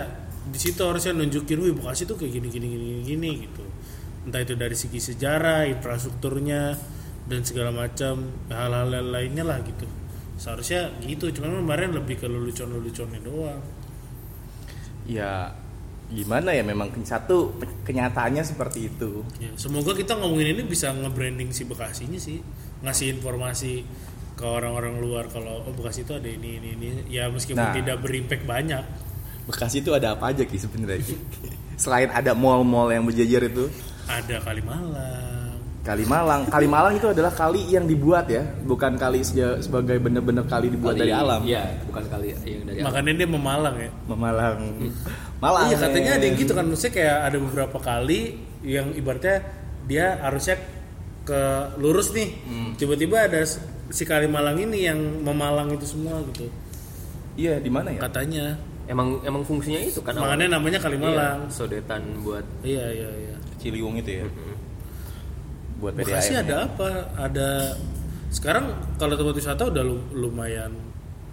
Speaker 2: di situ harusnya nunjukin, wih Bekasi tuh kayak gini gini gini gini, gini," gitu. Entah itu dari segi sejarah, infrastrukturnya dan segala macam hal-hal lainnya lah gitu. Seharusnya gitu, cuman kemarin lebih ke lelucon-leluconnya doang.
Speaker 1: ya gimana ya memang satu kenyataannya seperti itu
Speaker 2: Ya, semoga kita ngomongin ini bisa nge-branding si Bekasinya sih, ngasih informasi ke orang-orang luar kalau oh Bekasi itu ada ini ini ini. Ya meskipun
Speaker 1: Nah.
Speaker 2: tidak berimpact banyak.
Speaker 1: Bekasi itu ada apa aja ki sebenarnya Ki? selain ada mall-mall yang berjejer itu
Speaker 2: Ada Kalimalang.
Speaker 1: Kalimalang Kalimalang itu adalah kali yang dibuat ya bukan kali seja- sebagai bener-bener kali dibuat
Speaker 3: Kali-
Speaker 1: dari alam
Speaker 3: Iya, bukan kali yang dari alam.
Speaker 2: Makanya dia memalang ya.
Speaker 1: memalang Malang
Speaker 2: Iya katanya ada yang
Speaker 1: men.
Speaker 2: gitu kan maksudnya kayak ada beberapa kali yang ibaratnya dia harusnya ke lurus nih. Tiba-tiba ada s- si Kalimalang ini yang memalang itu semua gitu.
Speaker 1: iya di mana ya
Speaker 2: Katanya.
Speaker 3: Emang emang fungsinya itu kan. awalnya.
Speaker 2: Makanya namanya
Speaker 3: Iya,
Speaker 2: Kalimalang.
Speaker 3: sodetan buat
Speaker 2: Iya iya iya.
Speaker 1: Ciliwung itu ya Mm-hmm. buat
Speaker 2: Bekasi
Speaker 1: PDAM
Speaker 2: ada apa? Ada sekarang kalau tempat wisata udah lu- lumayan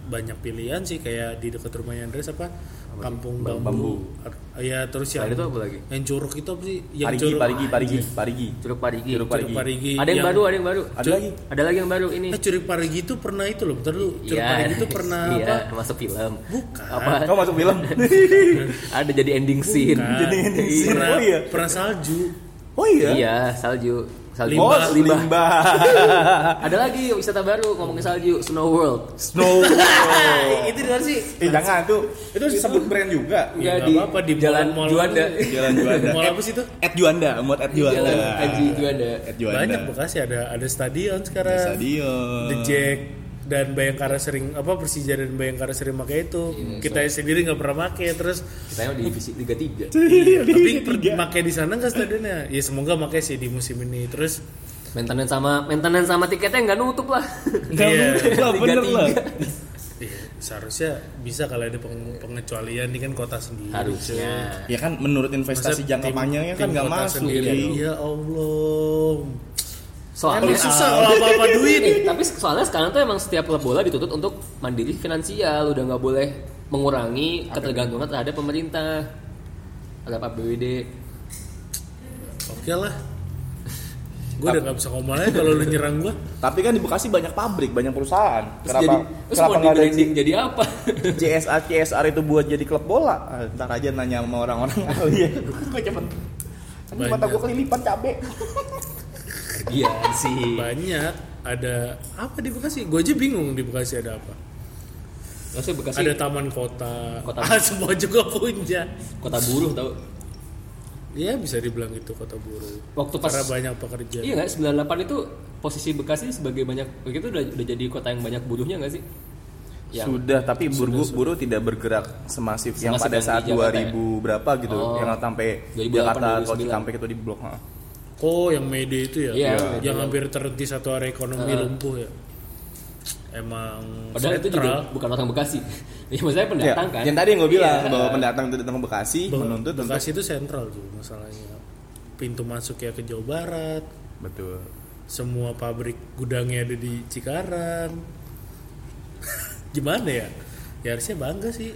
Speaker 2: banyak pilihan sih kayak di dekat rumahnya Andres apa? Kampung
Speaker 1: Bambu.
Speaker 2: Bambu. Ar- Ya terus yang
Speaker 3: Selain itu apa lagi?
Speaker 2: yang curug itu apa sih? Yang
Speaker 1: Parigi
Speaker 2: curug
Speaker 1: Parigi Parigi Parigi
Speaker 3: Curug Parigi.
Speaker 1: Curug
Speaker 2: Curug
Speaker 1: Parigi.
Speaker 2: Parigi.
Speaker 3: Ada yang, baru, ada yang baru.
Speaker 1: ada lagi
Speaker 3: Ada lagi yang baru ini.
Speaker 2: Eh, curug Parigi itu pernah itu loh, bentar lu. Curug
Speaker 3: Iya.
Speaker 2: Parigi itu pernah
Speaker 3: Iya,
Speaker 2: apa?
Speaker 3: masuk film.
Speaker 2: Bukan.
Speaker 3: Apa?
Speaker 1: kau masuk film
Speaker 3: Ada jadi ending scene.
Speaker 2: Bukan.
Speaker 1: Oh. Jadi ini scene.
Speaker 2: pernah,
Speaker 1: Oh iya.
Speaker 2: pernah salju.
Speaker 1: oh iya,
Speaker 3: Iya, salju. Salju.
Speaker 1: Oh,
Speaker 2: Limbah.
Speaker 1: limbah.
Speaker 3: Ada lagi wisata baru ngomongin salju, Snow World.
Speaker 1: Snow.
Speaker 3: Ah, itu di mana sih?
Speaker 1: Eh jangan tuh. Itu disebut brand juga.
Speaker 2: Iya, Ya,
Speaker 3: Enggak
Speaker 2: nggak apa-apa, di
Speaker 3: Jalan
Speaker 2: mall-mall
Speaker 3: Juanda.
Speaker 2: itu.
Speaker 1: Jalan Juanda.
Speaker 2: Mall apa sih itu?
Speaker 1: At Juanda, buat at Juanda.
Speaker 3: Jalan Haji Juanda.
Speaker 1: At Juanda.
Speaker 2: Banyak Bekasi ada ada stadion
Speaker 1: Ada
Speaker 2: sekarang.
Speaker 1: Stadion.
Speaker 2: The Jack dan Bayangkara sering apa Persija dan Bayangkara sering pakai itu.
Speaker 3: Iya,
Speaker 2: kita sendiri nggak pernah pakai terus
Speaker 3: Kita emang di divisi Liga 3.
Speaker 1: iya,
Speaker 2: iya, tapi per- pakai di sana nggak stadionnya? Ya semoga pakai sih di musim ini. Terus
Speaker 3: Maintenance sama maintenance sama tiketnya nggak nutup lah.
Speaker 4: Nggak
Speaker 2: Iya.
Speaker 4: mungkin lah, bener
Speaker 3: Tiga-tiga.
Speaker 4: lah.
Speaker 2: Iya, seharusnya bisa kalau ada peng- pengecualian ini kan kota sendiri.
Speaker 3: Harusnya.
Speaker 1: Ya kan menurut investasi
Speaker 2: Masa
Speaker 1: jangka
Speaker 2: tim-
Speaker 1: panjangnya kan
Speaker 2: tim
Speaker 1: nggak
Speaker 2: kota
Speaker 1: masuk. gitu.
Speaker 2: sendiri.
Speaker 1: Jadi
Speaker 2: Ya Allah.
Speaker 3: Soalnya
Speaker 2: susah kalau apa-apa duit.
Speaker 3: Eh, tapi soalnya sekarang tuh emang setiap klub bola dituntut untuk mandiri finansial, udah nggak boleh mengurangi ketergantungan terhadap pemerintah, terhadap APBD.
Speaker 2: Oke lah. Gue udah gak bisa ngomong lagi kalau lu nyerang gue.
Speaker 1: Tapi kan di Bekasi banyak pabrik, banyak perusahaan.
Speaker 3: Terus
Speaker 1: Kenapa
Speaker 3: jadi, terus
Speaker 1: kenapa
Speaker 3: mau
Speaker 1: nggak ada
Speaker 3: di-branding jadi apa?
Speaker 1: JSA CSR itu buat jadi klub bola? Ah, Ntar aja nanya sama orang-orang ahli ya. Gue cepet. Ini mata
Speaker 2: Iya. Banyak.
Speaker 1: gue kelilipan cabe.
Speaker 3: Iya sih.
Speaker 2: Banyak. Ada apa di Bekasi? Gue aja bingung di Bekasi ada apa.
Speaker 3: Maksudnya Bekasi
Speaker 2: Ada taman kota.
Speaker 3: Kota-
Speaker 2: Ah, semua juga punya.
Speaker 3: kota buruh tau.
Speaker 2: Ya bisa dibilang itu kota buruh.
Speaker 3: Waktu pas
Speaker 2: Karena banyak pekerja.
Speaker 3: Iya nggak 98 itu posisi Bekasi sebagai banyak begitu udah, udah jadi kota yang banyak buruhnya nggak sih? Yang
Speaker 1: Sudah, tapi buru-buru tidak bergerak semasif, yang
Speaker 3: Semasif
Speaker 1: pada
Speaker 3: yang
Speaker 1: saat
Speaker 3: di Jakarta ya?
Speaker 1: 2000 berapa gitu,
Speaker 3: Oh.
Speaker 1: yang sampai
Speaker 3: 2008,
Speaker 1: Jakarta kalau
Speaker 3: 2009.
Speaker 1: sampai itu di blok. ha.
Speaker 2: Oh, yang Mede itu ya?
Speaker 3: Iya,
Speaker 2: yang
Speaker 3: Mede.
Speaker 2: hampir terhenti satu area ekonomi lumpuh ya. Emang
Speaker 3: padahal itu juga
Speaker 2: sentral.
Speaker 3: bukan orang Bekasi. ya maksudnya
Speaker 1: Ya,
Speaker 3: pendatang kan.
Speaker 1: Yang tadi yang gue bilang
Speaker 3: Iya.
Speaker 1: bahwa pendatang itu datang ke Bekasi
Speaker 2: Be-
Speaker 1: menuntut untuk
Speaker 2: Bekasi itu sentral tuh masalahnya. Pintu masuk ya ke Jawa Barat,
Speaker 1: betul.
Speaker 2: semua pabrik gudangnya ada di Cikarang. Gimana ya? Ya harusnya bangga sih.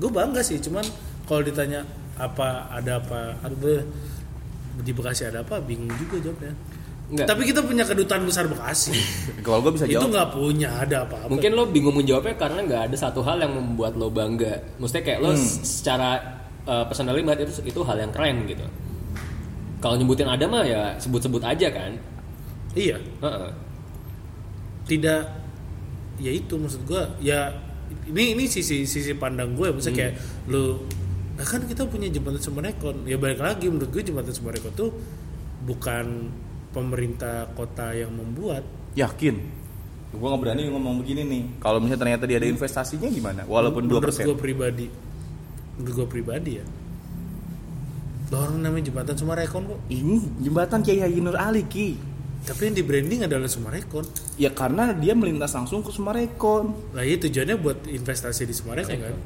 Speaker 2: Gue bangga sih, cuman kalau ditanya apa ada apa aduh, di Bekasi ada apa bingung juga jawabnya.
Speaker 3: Nggak.
Speaker 2: Tapi kita punya kedutaan besar Bekasi.
Speaker 1: Kalau gue bisa
Speaker 2: itu
Speaker 1: jawab,
Speaker 2: nggak punya ada apa-apa
Speaker 3: Mungkin lo bingung menjawabnya karena nggak ada satu hal yang membuat lo bangga. Maksudnya kayak
Speaker 1: Hmm.
Speaker 3: lo s- secara uh, personally melihat itu itu hal yang keren gitu. Kalau nyebutin ada mah ya sebut-sebut aja kan.
Speaker 2: iya
Speaker 3: Heeh.
Speaker 2: tidak ya itu maksud gua ya ini ini sisi sisi pandang gue maksudnya kayak lo "Nah kan kita punya jembatan Sumberekon ya balik lagi menurut gue jembatan Sumberekon tuh bukan pemerintah kota yang membuat
Speaker 1: yakin. Gue nggak berani ngomong begini nih. Kalau misalnya ternyata dia ada investasinya gimana? Walaupun 2%
Speaker 2: Hmm. menurut gue pribadi menurut gue pribadi ya Lah, orang namanya jembatan Sumberekon kok
Speaker 1: Ini jembatan Kiai Haji Nur Ali Ki.
Speaker 2: tapi yang di branding adalah Sumberekon
Speaker 1: Ya karena dia melintas langsung ke Sumarekon.
Speaker 2: lah iya tujuannya buat investasi di Sumberekon kan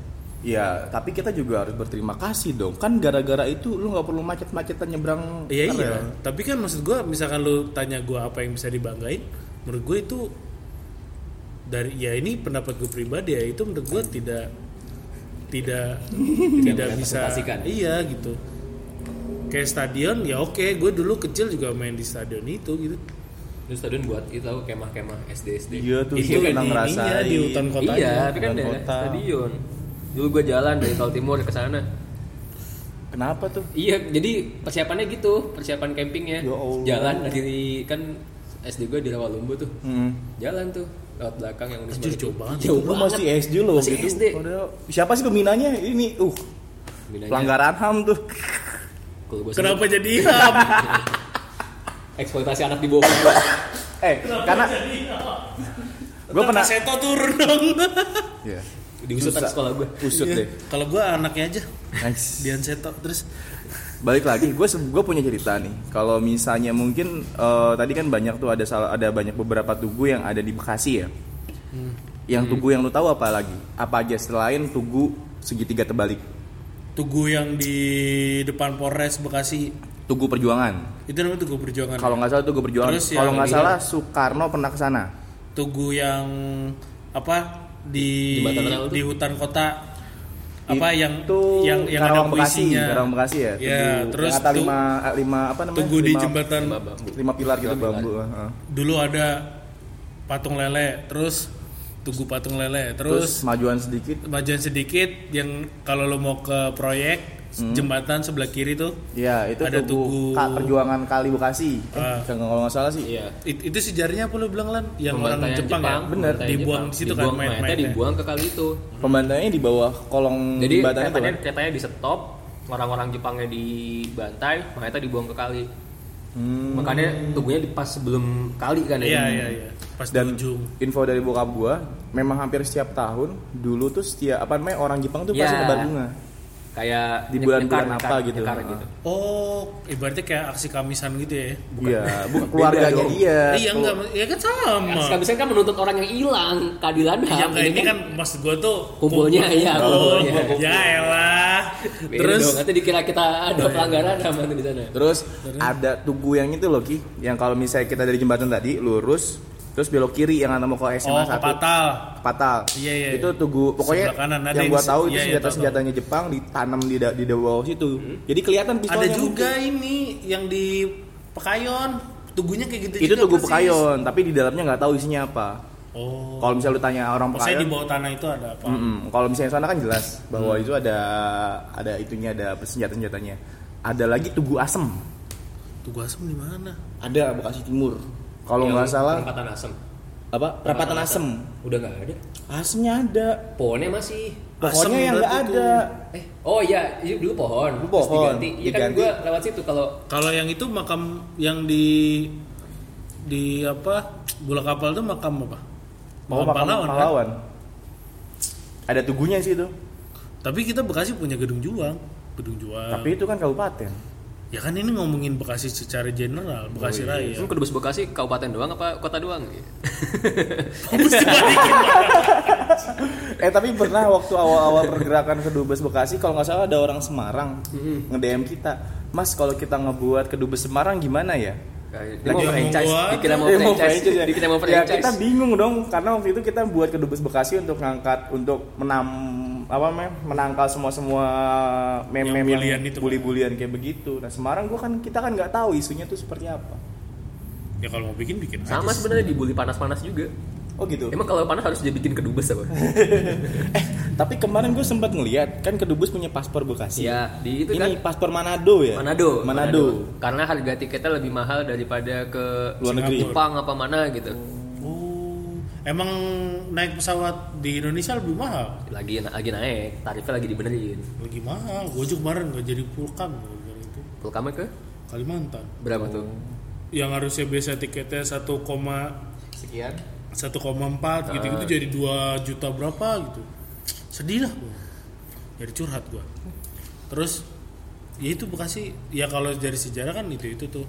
Speaker 1: Ya, tapi kita juga harus berterima kasih dong. Kan gara-gara itu lu nggak perlu macet-macetan nyebrang.
Speaker 2: Iya iya.
Speaker 1: rel.
Speaker 2: Tapi kan maksud gua misalkan lu tanya gua apa yang bisa dibanggain, menurut gue itu dari ya ini pendapat gue pribadi ya itu menurut gua tidak tidak tidak bisa
Speaker 3: merepresentasikan.
Speaker 2: iya gitu kayak stadion ya oke gue dulu kecil juga main di stadion itu gitu
Speaker 3: Terus stadion buat itu tau, kemah-kemah SD SD.
Speaker 1: Iya tuh
Speaker 2: Itu
Speaker 1: itu pernah
Speaker 2: di ininya,
Speaker 1: ngerasain.
Speaker 2: di hutan kota. kotanya.
Speaker 3: Iya, tapi kan
Speaker 1: Jalan
Speaker 3: daerah
Speaker 1: kota.
Speaker 3: stadion. Dulu gue jalan dari Tol Timur ke sana.
Speaker 1: Kenapa tuh?
Speaker 3: Iya, jadi persiapannya gitu, persiapan campingnya.
Speaker 1: Ya Allah.
Speaker 3: Jalan dari kan SD gue di Rawalumbu tuh.
Speaker 1: Hmm.
Speaker 3: Jalan tuh lewat belakang yang udah
Speaker 2: Anjir, jauh banget.
Speaker 3: Jauh
Speaker 1: Lu
Speaker 3: banget.
Speaker 1: masih SD loh
Speaker 3: Masih
Speaker 1: gitu.
Speaker 3: SD.
Speaker 1: Padahal- siapa sih peminanya ini? Uh,
Speaker 3: Bedanya,
Speaker 1: pelanggaran HAM tuh.
Speaker 3: Kalau gue
Speaker 2: kenapa jadi ilham
Speaker 3: eksploitasi anak di bawah umur.
Speaker 1: Eh, karena gue pernah
Speaker 2: seto turun dong
Speaker 1: Iya.
Speaker 3: diusut anak
Speaker 1: Susah.
Speaker 3: sekolah gue.
Speaker 1: usut
Speaker 2: Iya.
Speaker 1: deh.
Speaker 2: kalau gua anaknya aja
Speaker 1: Nice.
Speaker 2: Dian seto terus
Speaker 1: balik lagi gue gue punya cerita nih kalau misalnya mungkin eh, tadi kan banyak tuh ada salah ada banyak beberapa tugu yang ada di Bekasi ya
Speaker 3: Hmm.
Speaker 1: yang tugu yang lu tahu apa lagi apa aja selain tugu segitiga terbalik
Speaker 2: tugu yang di depan Polres Bekasi
Speaker 1: tugu perjuangan
Speaker 2: itu namanya tugu perjuangan
Speaker 1: kalau nggak salah tugu perjuangan
Speaker 2: Terus yang ya.
Speaker 1: kalau nggak
Speaker 2: di-
Speaker 1: salah Soekarno pernah ke sana
Speaker 2: tugu yang apa di
Speaker 3: Jembatan Rel
Speaker 2: di hutan kota apa yang
Speaker 1: Itu
Speaker 2: yang yang
Speaker 1: Karawang
Speaker 2: ada
Speaker 1: Bekasi
Speaker 2: puisinya
Speaker 1: Karawang Bekasi ya
Speaker 2: Ya, terus
Speaker 1: yang kata
Speaker 2: tu-
Speaker 1: lima eh, lima apa namanya
Speaker 2: tugu di
Speaker 1: lima,
Speaker 2: jembatan
Speaker 1: lima pilar gitu bambu heeh.
Speaker 2: dulu ada patung lele terus tugu patung lele
Speaker 1: terus
Speaker 2: terus,
Speaker 1: majuan sedikit
Speaker 2: majuan sedikit yang kalau lo mau ke proyek jembatan sebelah kiri tuh
Speaker 1: ya itu
Speaker 2: Ada
Speaker 1: tugu,
Speaker 2: tugu-
Speaker 1: Ka- perjuangan kali Bekasi
Speaker 2: Ah.
Speaker 1: eh, kalau nggak salah sih
Speaker 3: Iya.
Speaker 2: It- itu sejarahnya apa lo bilang lan yang orang
Speaker 3: Pembantaian
Speaker 2: Jepang, ya
Speaker 1: Bener.
Speaker 3: pembantaian
Speaker 2: dibuang
Speaker 3: Jepang.
Speaker 2: di situ
Speaker 3: Dibuang
Speaker 2: kan main
Speaker 3: mayatnya
Speaker 2: main
Speaker 3: dibuang ke kali itu.
Speaker 1: Hmm, Pembantainya di bawah kolong
Speaker 3: Jadi
Speaker 1: jembatannya tuh
Speaker 3: katanya
Speaker 1: kan?
Speaker 3: katanya di stop, orang-orang Jepangnya dibantai, mayatnya dibuang ke kali.
Speaker 1: Hmm.
Speaker 3: Makanya tubuhnya pas sebelum kali kan ya.
Speaker 2: iya iya iya pas di
Speaker 1: Dan
Speaker 2: ujung
Speaker 1: info dari bokap gua, memang hampir setiap tahun dulu tuh setiap apa namanya orang Jepang tuh pasti
Speaker 3: Ya.
Speaker 1: nebar bunga.
Speaker 3: kayak
Speaker 1: Di
Speaker 3: nyek-
Speaker 1: bulan-bulan
Speaker 3: nyekar,
Speaker 1: apa
Speaker 3: nyekar,
Speaker 1: gitu.
Speaker 3: nyekar
Speaker 1: Ah.
Speaker 3: gitu.
Speaker 2: Oh, ibaratnya kayak aksi kamisan gitu ya.
Speaker 1: Iya, bukan keluarganya
Speaker 3: dong.
Speaker 1: dia.
Speaker 2: iya enggak, ya kan sama.
Speaker 3: Habis kan menuntut orang yang hilang keadilan
Speaker 2: Yang
Speaker 3: ham,
Speaker 2: kayak
Speaker 3: ini
Speaker 2: ini kan maksud gua tuh
Speaker 3: kumpulnya ya
Speaker 2: Oh,
Speaker 3: kumpulnya.
Speaker 2: ya elah.
Speaker 3: Terus
Speaker 2: Terus Iya,
Speaker 3: dong, nanti dikira kita ada pelanggaran sama di sana.
Speaker 1: Terus ada tugu yang itu loh Ki, yang kalau misalnya kita dari jembatan tadi lurus, terus belok kiri yang antara mau ke
Speaker 2: oh,
Speaker 1: SMA 1.
Speaker 2: kepatal.
Speaker 1: Patal.
Speaker 2: Iya, iya,
Speaker 1: Itu
Speaker 2: iya.
Speaker 1: tugu pokoknya
Speaker 2: Sebelah kanan ada
Speaker 1: yang
Speaker 2: yang
Speaker 1: gua
Speaker 2: se-
Speaker 1: tahu
Speaker 2: iya,
Speaker 1: itu
Speaker 2: iya,
Speaker 1: senjata-senjatanya Jepang ditanam di da- di bawah situ. Jadi kelihatan
Speaker 2: Ada
Speaker 1: pistolnya.
Speaker 2: juga ini yang di Pekayon, tugunya kayak gitu
Speaker 1: Itu
Speaker 2: juga
Speaker 1: tugu
Speaker 2: persis.
Speaker 1: pekayon, tapi di dalamnya nggak tahu isinya apa.
Speaker 2: Oh.
Speaker 1: Kalau misalnya lu tanya orang
Speaker 2: Maksudnya di
Speaker 1: pekayon,
Speaker 2: Hmm.
Speaker 1: Hmm.
Speaker 2: bawah tanah itu ada apa?
Speaker 1: Mm-mm. Kalau misalnya sana kan jelas bahwa itu ada ada itunya ada senjata-senjatanya. Ada lagi tugu asem.
Speaker 2: Tugu asem di mana?
Speaker 1: Ada Bekasi Timur. Kalau nggak
Speaker 3: Yang
Speaker 1: salah
Speaker 3: perempatan asem.
Speaker 1: apa? Perempatan asem.
Speaker 3: Udah nggak ada.
Speaker 1: Asemnya ada.
Speaker 3: Pohonnya masih.
Speaker 1: Pokoknya
Speaker 2: Asem
Speaker 1: yang nggak
Speaker 2: berarti
Speaker 1: ada.
Speaker 3: Eh, oh iya, iya, dulu pohon.
Speaker 1: Dulu
Speaker 3: terus
Speaker 1: pohon,
Speaker 3: diganti. Iya kan
Speaker 1: diganti.
Speaker 3: gua lewat situ kalau
Speaker 2: Kalau yang itu makam yang di di apa? Bola kapal itu makam apa?
Speaker 1: Mau makan Oh, pahlawan.
Speaker 2: kan?
Speaker 1: Ada tugunya sih itu.
Speaker 2: Tapi kita Bekasi punya gedung juang, gedung juang.
Speaker 1: Tapi itu kan kabupaten.
Speaker 2: ya kan ini ngomongin Bekasi secara general, Bekasi Raya.
Speaker 3: Kan Kedubes Bekasi kabupaten doang apa kota doang? Iya.
Speaker 2: Mesti balikin.
Speaker 1: eh tapi pernah waktu awal-awal pergerakan kedubes Bekasi kalau nggak salah ada orang Semarang nge-DM kita. Mas kalau kita ngebuat kedubes Semarang gimana ya?
Speaker 3: Dia mau
Speaker 2: Lagi yang
Speaker 3: franchise,
Speaker 2: mau gua
Speaker 3: dikira mau
Speaker 1: Eh, mau
Speaker 3: franchise,
Speaker 1: franchise ya?
Speaker 3: dikira mau
Speaker 1: Ya, kita
Speaker 3: franchise.
Speaker 1: bingung dong karena waktu itu kita buat kedubes Bekasi untuk ngangkat untuk menam apa namanya, menangkal semua semua meme
Speaker 2: Yang bulian itu.
Speaker 1: bully-bulian kayak begitu. Nah Semarang gua kan kita kan nggak tahu isunya tuh seperti apa.
Speaker 2: ya kalau mau bikin bikin aja.
Speaker 3: Sama sebenarnya dibully panas-panas juga.
Speaker 1: Oh gitu.
Speaker 3: Emang kalau panas harus dia bikin kedubes apa?
Speaker 1: Eh, tapi kemarin gue sempat ngeliat kan kedubes punya paspor Bekasi.
Speaker 3: Iya, di itu
Speaker 1: Ini
Speaker 3: kan
Speaker 1: paspor Manado ya?
Speaker 3: Manado.
Speaker 1: Manado.
Speaker 3: Karena harga tiketnya lebih mahal daripada ke
Speaker 1: Luar negeri.
Speaker 3: Jepang apa mana gitu.
Speaker 2: Oh, emang naik pesawat di Indonesia lebih mahal?
Speaker 3: Lagi lagi naik, tarifnya lagi dibenerin.
Speaker 2: Lagi mahal. Gue juga kemarin nggak jadi pulkam gara-gara itu
Speaker 3: Pulkamnya ke
Speaker 2: Kalimantan.
Speaker 3: berapa tuh?
Speaker 2: Yang harusnya biasa tiketnya 1,
Speaker 3: Sekian.
Speaker 2: 1,4 gitu
Speaker 3: Ah.
Speaker 2: gitu jadi 2 juta berapa gitu sedih lah gua jadi curhat gua terus ya itu bekasi ya kalau dari sejarah kan itu itu tuh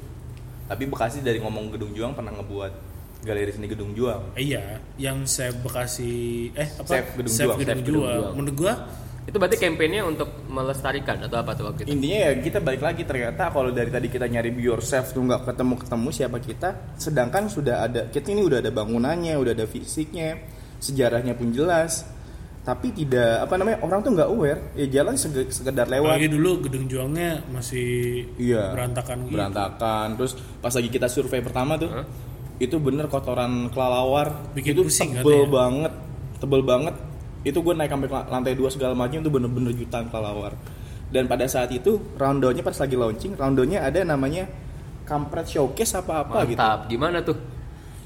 Speaker 1: Tapi Bekasi dari ngomong Gedung Juang pernah ngebuat galeri seni Gedung Juang.
Speaker 2: Eh, iya yang saya bekasi eh apa
Speaker 1: Save Gedung
Speaker 2: Save
Speaker 1: Juang.
Speaker 2: gedung,
Speaker 3: Save Gedung
Speaker 2: Juang.
Speaker 3: Juang.
Speaker 2: menurut gua
Speaker 3: Itu berarti kampanyenya untuk melestarikan atau apa tuh waktu itu?
Speaker 1: Intinya ya kita balik lagi ternyata kalau dari tadi kita nyari be yourself tuh nggak ketemu ketemu siapa kita, sedangkan sudah ada kita ini udah ada bangunannya, udah ada fisiknya, sejarahnya pun jelas. Tapi tidak apa namanya orang tuh nggak aware, ya jalan sege- sekedar lewat.
Speaker 2: lagi dulu gedung juangnya masih
Speaker 1: Iya.
Speaker 2: berantakan gitu
Speaker 1: Berantakan. Terus pas lagi kita survei pertama tuh, itu bener kotoran kelalawar.
Speaker 2: Bikin
Speaker 1: itu
Speaker 2: pusing
Speaker 1: tebel
Speaker 2: katanya.
Speaker 1: banget, tebel banget. Itu gue naik sampai ke lantai dua segala macam itu bener-bener jutaan kelalawar. Dan pada saat itu roundownnya pas lagi launching, roundownnya ada namanya kampret showcase apa-apa gitu.
Speaker 3: Mantap. Gimana tuh?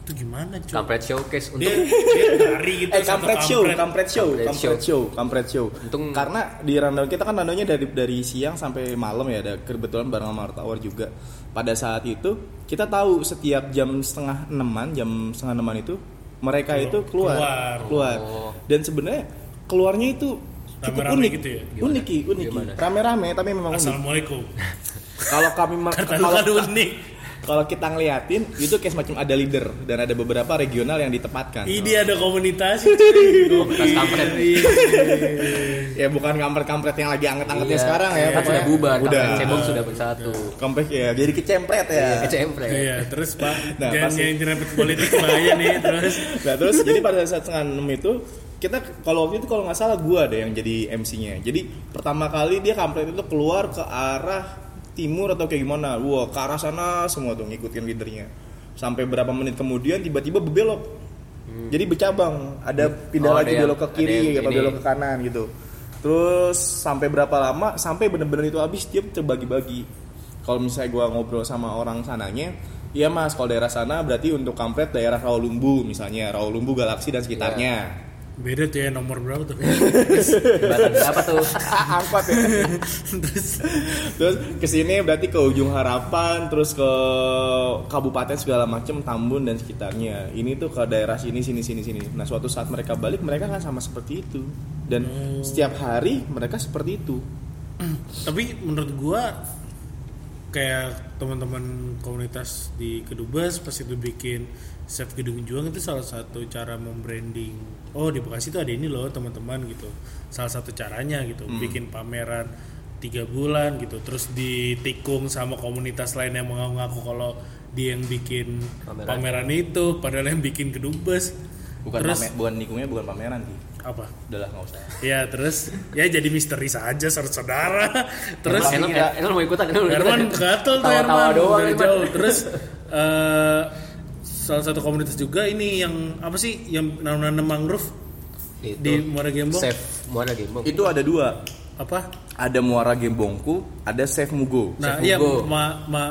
Speaker 2: itu gimana cuy
Speaker 3: Kampret showcase
Speaker 2: dia,
Speaker 3: untuk
Speaker 2: dia tari gitu
Speaker 1: Eh
Speaker 2: satu
Speaker 1: kampret show, kampret show,
Speaker 3: Kampret
Speaker 1: kampret show, kampret show.
Speaker 3: Untung-
Speaker 1: Karena di rundown kita kan rundownnya dari dari siang sampai malam ya. Ada kebetulan bareng sama Tower juga. Pada saat itu kita tahu setiap jam setengah enaman, jam setengah enaman itu mereka itu keluar,
Speaker 2: keluar.
Speaker 1: keluar.
Speaker 3: Oh.
Speaker 1: Dan sebenarnya keluarnya itu cukup
Speaker 2: Rame-rame
Speaker 1: unik,
Speaker 2: gitu ya?
Speaker 1: unik, Ki, unik, Ki.
Speaker 3: Gimana?
Speaker 1: rame-rame tapi memang unik.
Speaker 2: assalamualaikum
Speaker 1: Kalau kami ma-
Speaker 2: kata lu
Speaker 1: kalau
Speaker 2: kan unik
Speaker 1: kalau kita ngeliatin itu kayak semacam ada leader dan ada beberapa regional yang ditempatkan.
Speaker 2: ini ada komunitas cuy. gitu.
Speaker 3: komunitas kampret.
Speaker 1: Iya. ya bukan kampret-kampret yang lagi anget-angetnya
Speaker 3: Iya,
Speaker 1: sekarang ya.
Speaker 3: Kan
Speaker 1: pokoknya.
Speaker 3: sudah bubar.
Speaker 1: Udah.
Speaker 3: Kampret cebong sudah bersatu. Eh,
Speaker 1: Kampret ya, jadi kecempret ya.
Speaker 3: Kecempre.
Speaker 2: Iya, terus Pak,
Speaker 1: Nah,
Speaker 2: jangan
Speaker 1: pasti.
Speaker 2: yang nyerempet politik bahaya nih, terus
Speaker 1: Nah terus jadi pada saat setengah enam itu kita kalau waktu itu kalau nggak salah gua ada yang jadi MC-nya. Jadi pertama kali dia kampret itu keluar ke arah timur atau kayak gimana. Wah ke arah sana semua tuh ngikutin leadernya. Sampai berapa menit kemudian tiba-tiba berbelok. Jadi bercabang, ada pindah
Speaker 3: Hmm. Oh, ada
Speaker 1: lagi
Speaker 3: yang-
Speaker 1: belok ke
Speaker 3: ada
Speaker 1: kiri,
Speaker 3: yang
Speaker 1: apa
Speaker 3: ini.
Speaker 1: belok ke kanan gitu. Terus sampai berapa lama? Sampai bener-bener itu habis dia terbagi-bagi. Kalau misalnya gua ngobrol sama orang sananya, iya mas, kalau daerah sana berarti untuk kampret daerah Rawalumbu misalnya, Rawalumbu Galaksi dan sekitarnya.
Speaker 2: beda tuh ya nomor berapa tuh.
Speaker 3: Batas berapa tuh?
Speaker 1: Ah, angkot ya.
Speaker 2: terus
Speaker 1: terus ke sini berarti ke ujung harapan, terus ke kabupaten segala macem, Tambun dan sekitarnya. Ini tuh ke daerah sini sini sini sini. Nah, suatu Hmm. saat mereka balik mereka kan sama seperti itu. Dan setiap hari mereka seperti itu.
Speaker 2: tapi menurut gua kayak teman-teman komunitas di kedubes pas itu bikin chef gedung juang itu salah satu cara membranding oh di bekasi itu ada ini loh teman-teman gitu salah satu caranya gitu bikin pameran tiga bulan gitu terus ditikung sama komunitas lain yang mengaku-ngaku kalau dia yang bikin
Speaker 3: Pameran.
Speaker 2: pameran, itu padahal yang bikin kedubes
Speaker 1: bukan
Speaker 2: terus
Speaker 1: pame- bukan nikungnya bukan pameran sih
Speaker 2: apa
Speaker 1: udahlah nggak usah
Speaker 2: ya terus ya jadi misteri saja saudara terus
Speaker 3: Erwan,
Speaker 1: iya.
Speaker 3: Erwan mau ikutan Erwan mau
Speaker 2: Herman
Speaker 3: ikutan.
Speaker 2: gatel tuh
Speaker 3: Gitu. Tawa-tawa
Speaker 2: Herman
Speaker 3: doang
Speaker 2: dari
Speaker 3: Herman.
Speaker 2: jauh terus eh, salah satu komunitas juga ini yang apa sih yang nanam mangrove
Speaker 3: Itu.
Speaker 2: di Muara Gembong
Speaker 3: Chef Muara Gembong
Speaker 1: itu ada dua
Speaker 2: apa
Speaker 1: ada muara gembongku ada chef mugo
Speaker 2: nah
Speaker 3: Chef
Speaker 2: iya
Speaker 3: Hugo.
Speaker 2: ma, ma,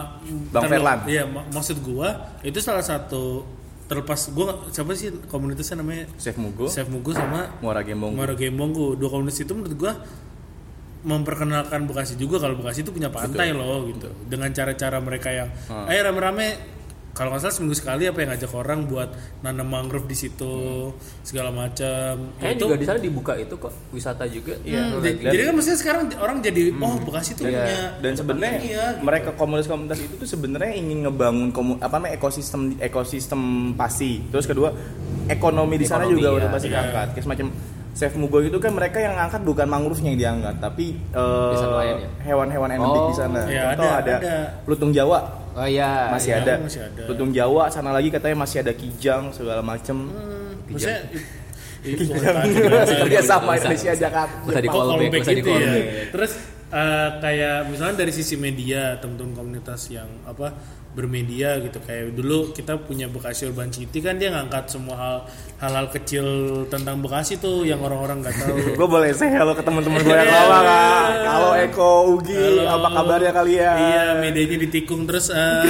Speaker 1: Bang
Speaker 2: terlep-
Speaker 1: Ferlan.
Speaker 2: iya ma- maksud gua itu salah satu terlepas gua nggak- siapa sih komunitasnya namanya
Speaker 1: chef mugo
Speaker 2: Chef Mugo sama
Speaker 1: muara gembongku
Speaker 2: Muara Gembongku dua komunitas itu menurut gua memperkenalkan Bekasi juga kalau Bekasi itu punya pantai loh gitu dengan cara-cara mereka yang
Speaker 1: Ah.
Speaker 2: ayo rame-rame kalau nggak salah seminggu sekali apa yang ngajak orang buat nanam mangrove di situ
Speaker 1: Hmm.
Speaker 2: segala macam
Speaker 3: Kayaknya juga di sana dibuka itu kok wisata juga. Iya.
Speaker 2: Hmm, jadi, jadi kan maksudnya sekarang orang jadi oh Bekasi tuh punya
Speaker 1: Hmm. dan sebenarnya
Speaker 2: Iya, gitu.
Speaker 1: mereka komunitas-komunitas itu tuh sebenarnya ingin ngebangun komu, apa namanya ekosistem ekosistem pasti terus kedua ekonomi di sana
Speaker 3: Ekonomi,
Speaker 1: juga
Speaker 3: ya.
Speaker 1: udah pasti
Speaker 2: Iya.
Speaker 1: diangkat kayak semacam Chef Mugo itu kan mereka yang angkat bukan mangrove-nya yang diangkat tapi eh,
Speaker 3: Desa nelayan ya?
Speaker 1: hewan-hewan endemik
Speaker 3: Oh.
Speaker 1: di sana
Speaker 2: Iya,
Speaker 1: contoh
Speaker 2: ada,
Speaker 1: ada,
Speaker 2: ada.
Speaker 1: lutung Jawa
Speaker 3: Oh iya.
Speaker 1: masih
Speaker 3: iya.
Speaker 1: ada.
Speaker 2: masih ada.
Speaker 1: lutung Jawa sana lagi katanya masih ada kijang segala macem
Speaker 2: Hmm.
Speaker 1: Iya.
Speaker 2: maksudnya itu
Speaker 1: kerja sama
Speaker 3: Bisa,
Speaker 1: Indonesia
Speaker 3: bisa.
Speaker 1: Jakarta
Speaker 3: Bisa di
Speaker 2: Kok
Speaker 3: call back,
Speaker 2: callback
Speaker 3: bisa di
Speaker 2: gitu
Speaker 3: call
Speaker 2: ya.
Speaker 3: back.
Speaker 2: Terus eh, kayak misalnya dari sisi media teman-teman komunitas yang apa bermedia gitu kayak dulu kita punya Bekasi Urban City kan dia ngangkat semua hal hal-hal kecil tentang Bekasi tuh yang orang-orang nggak tahu.
Speaker 1: gue boleh say hello ke teman-teman gue
Speaker 3: Iya.
Speaker 1: yang lama kak kalau Eko Ugi
Speaker 2: Halo.
Speaker 1: apa kabarnya kalian
Speaker 2: Iya, medianya ditikung terus eh,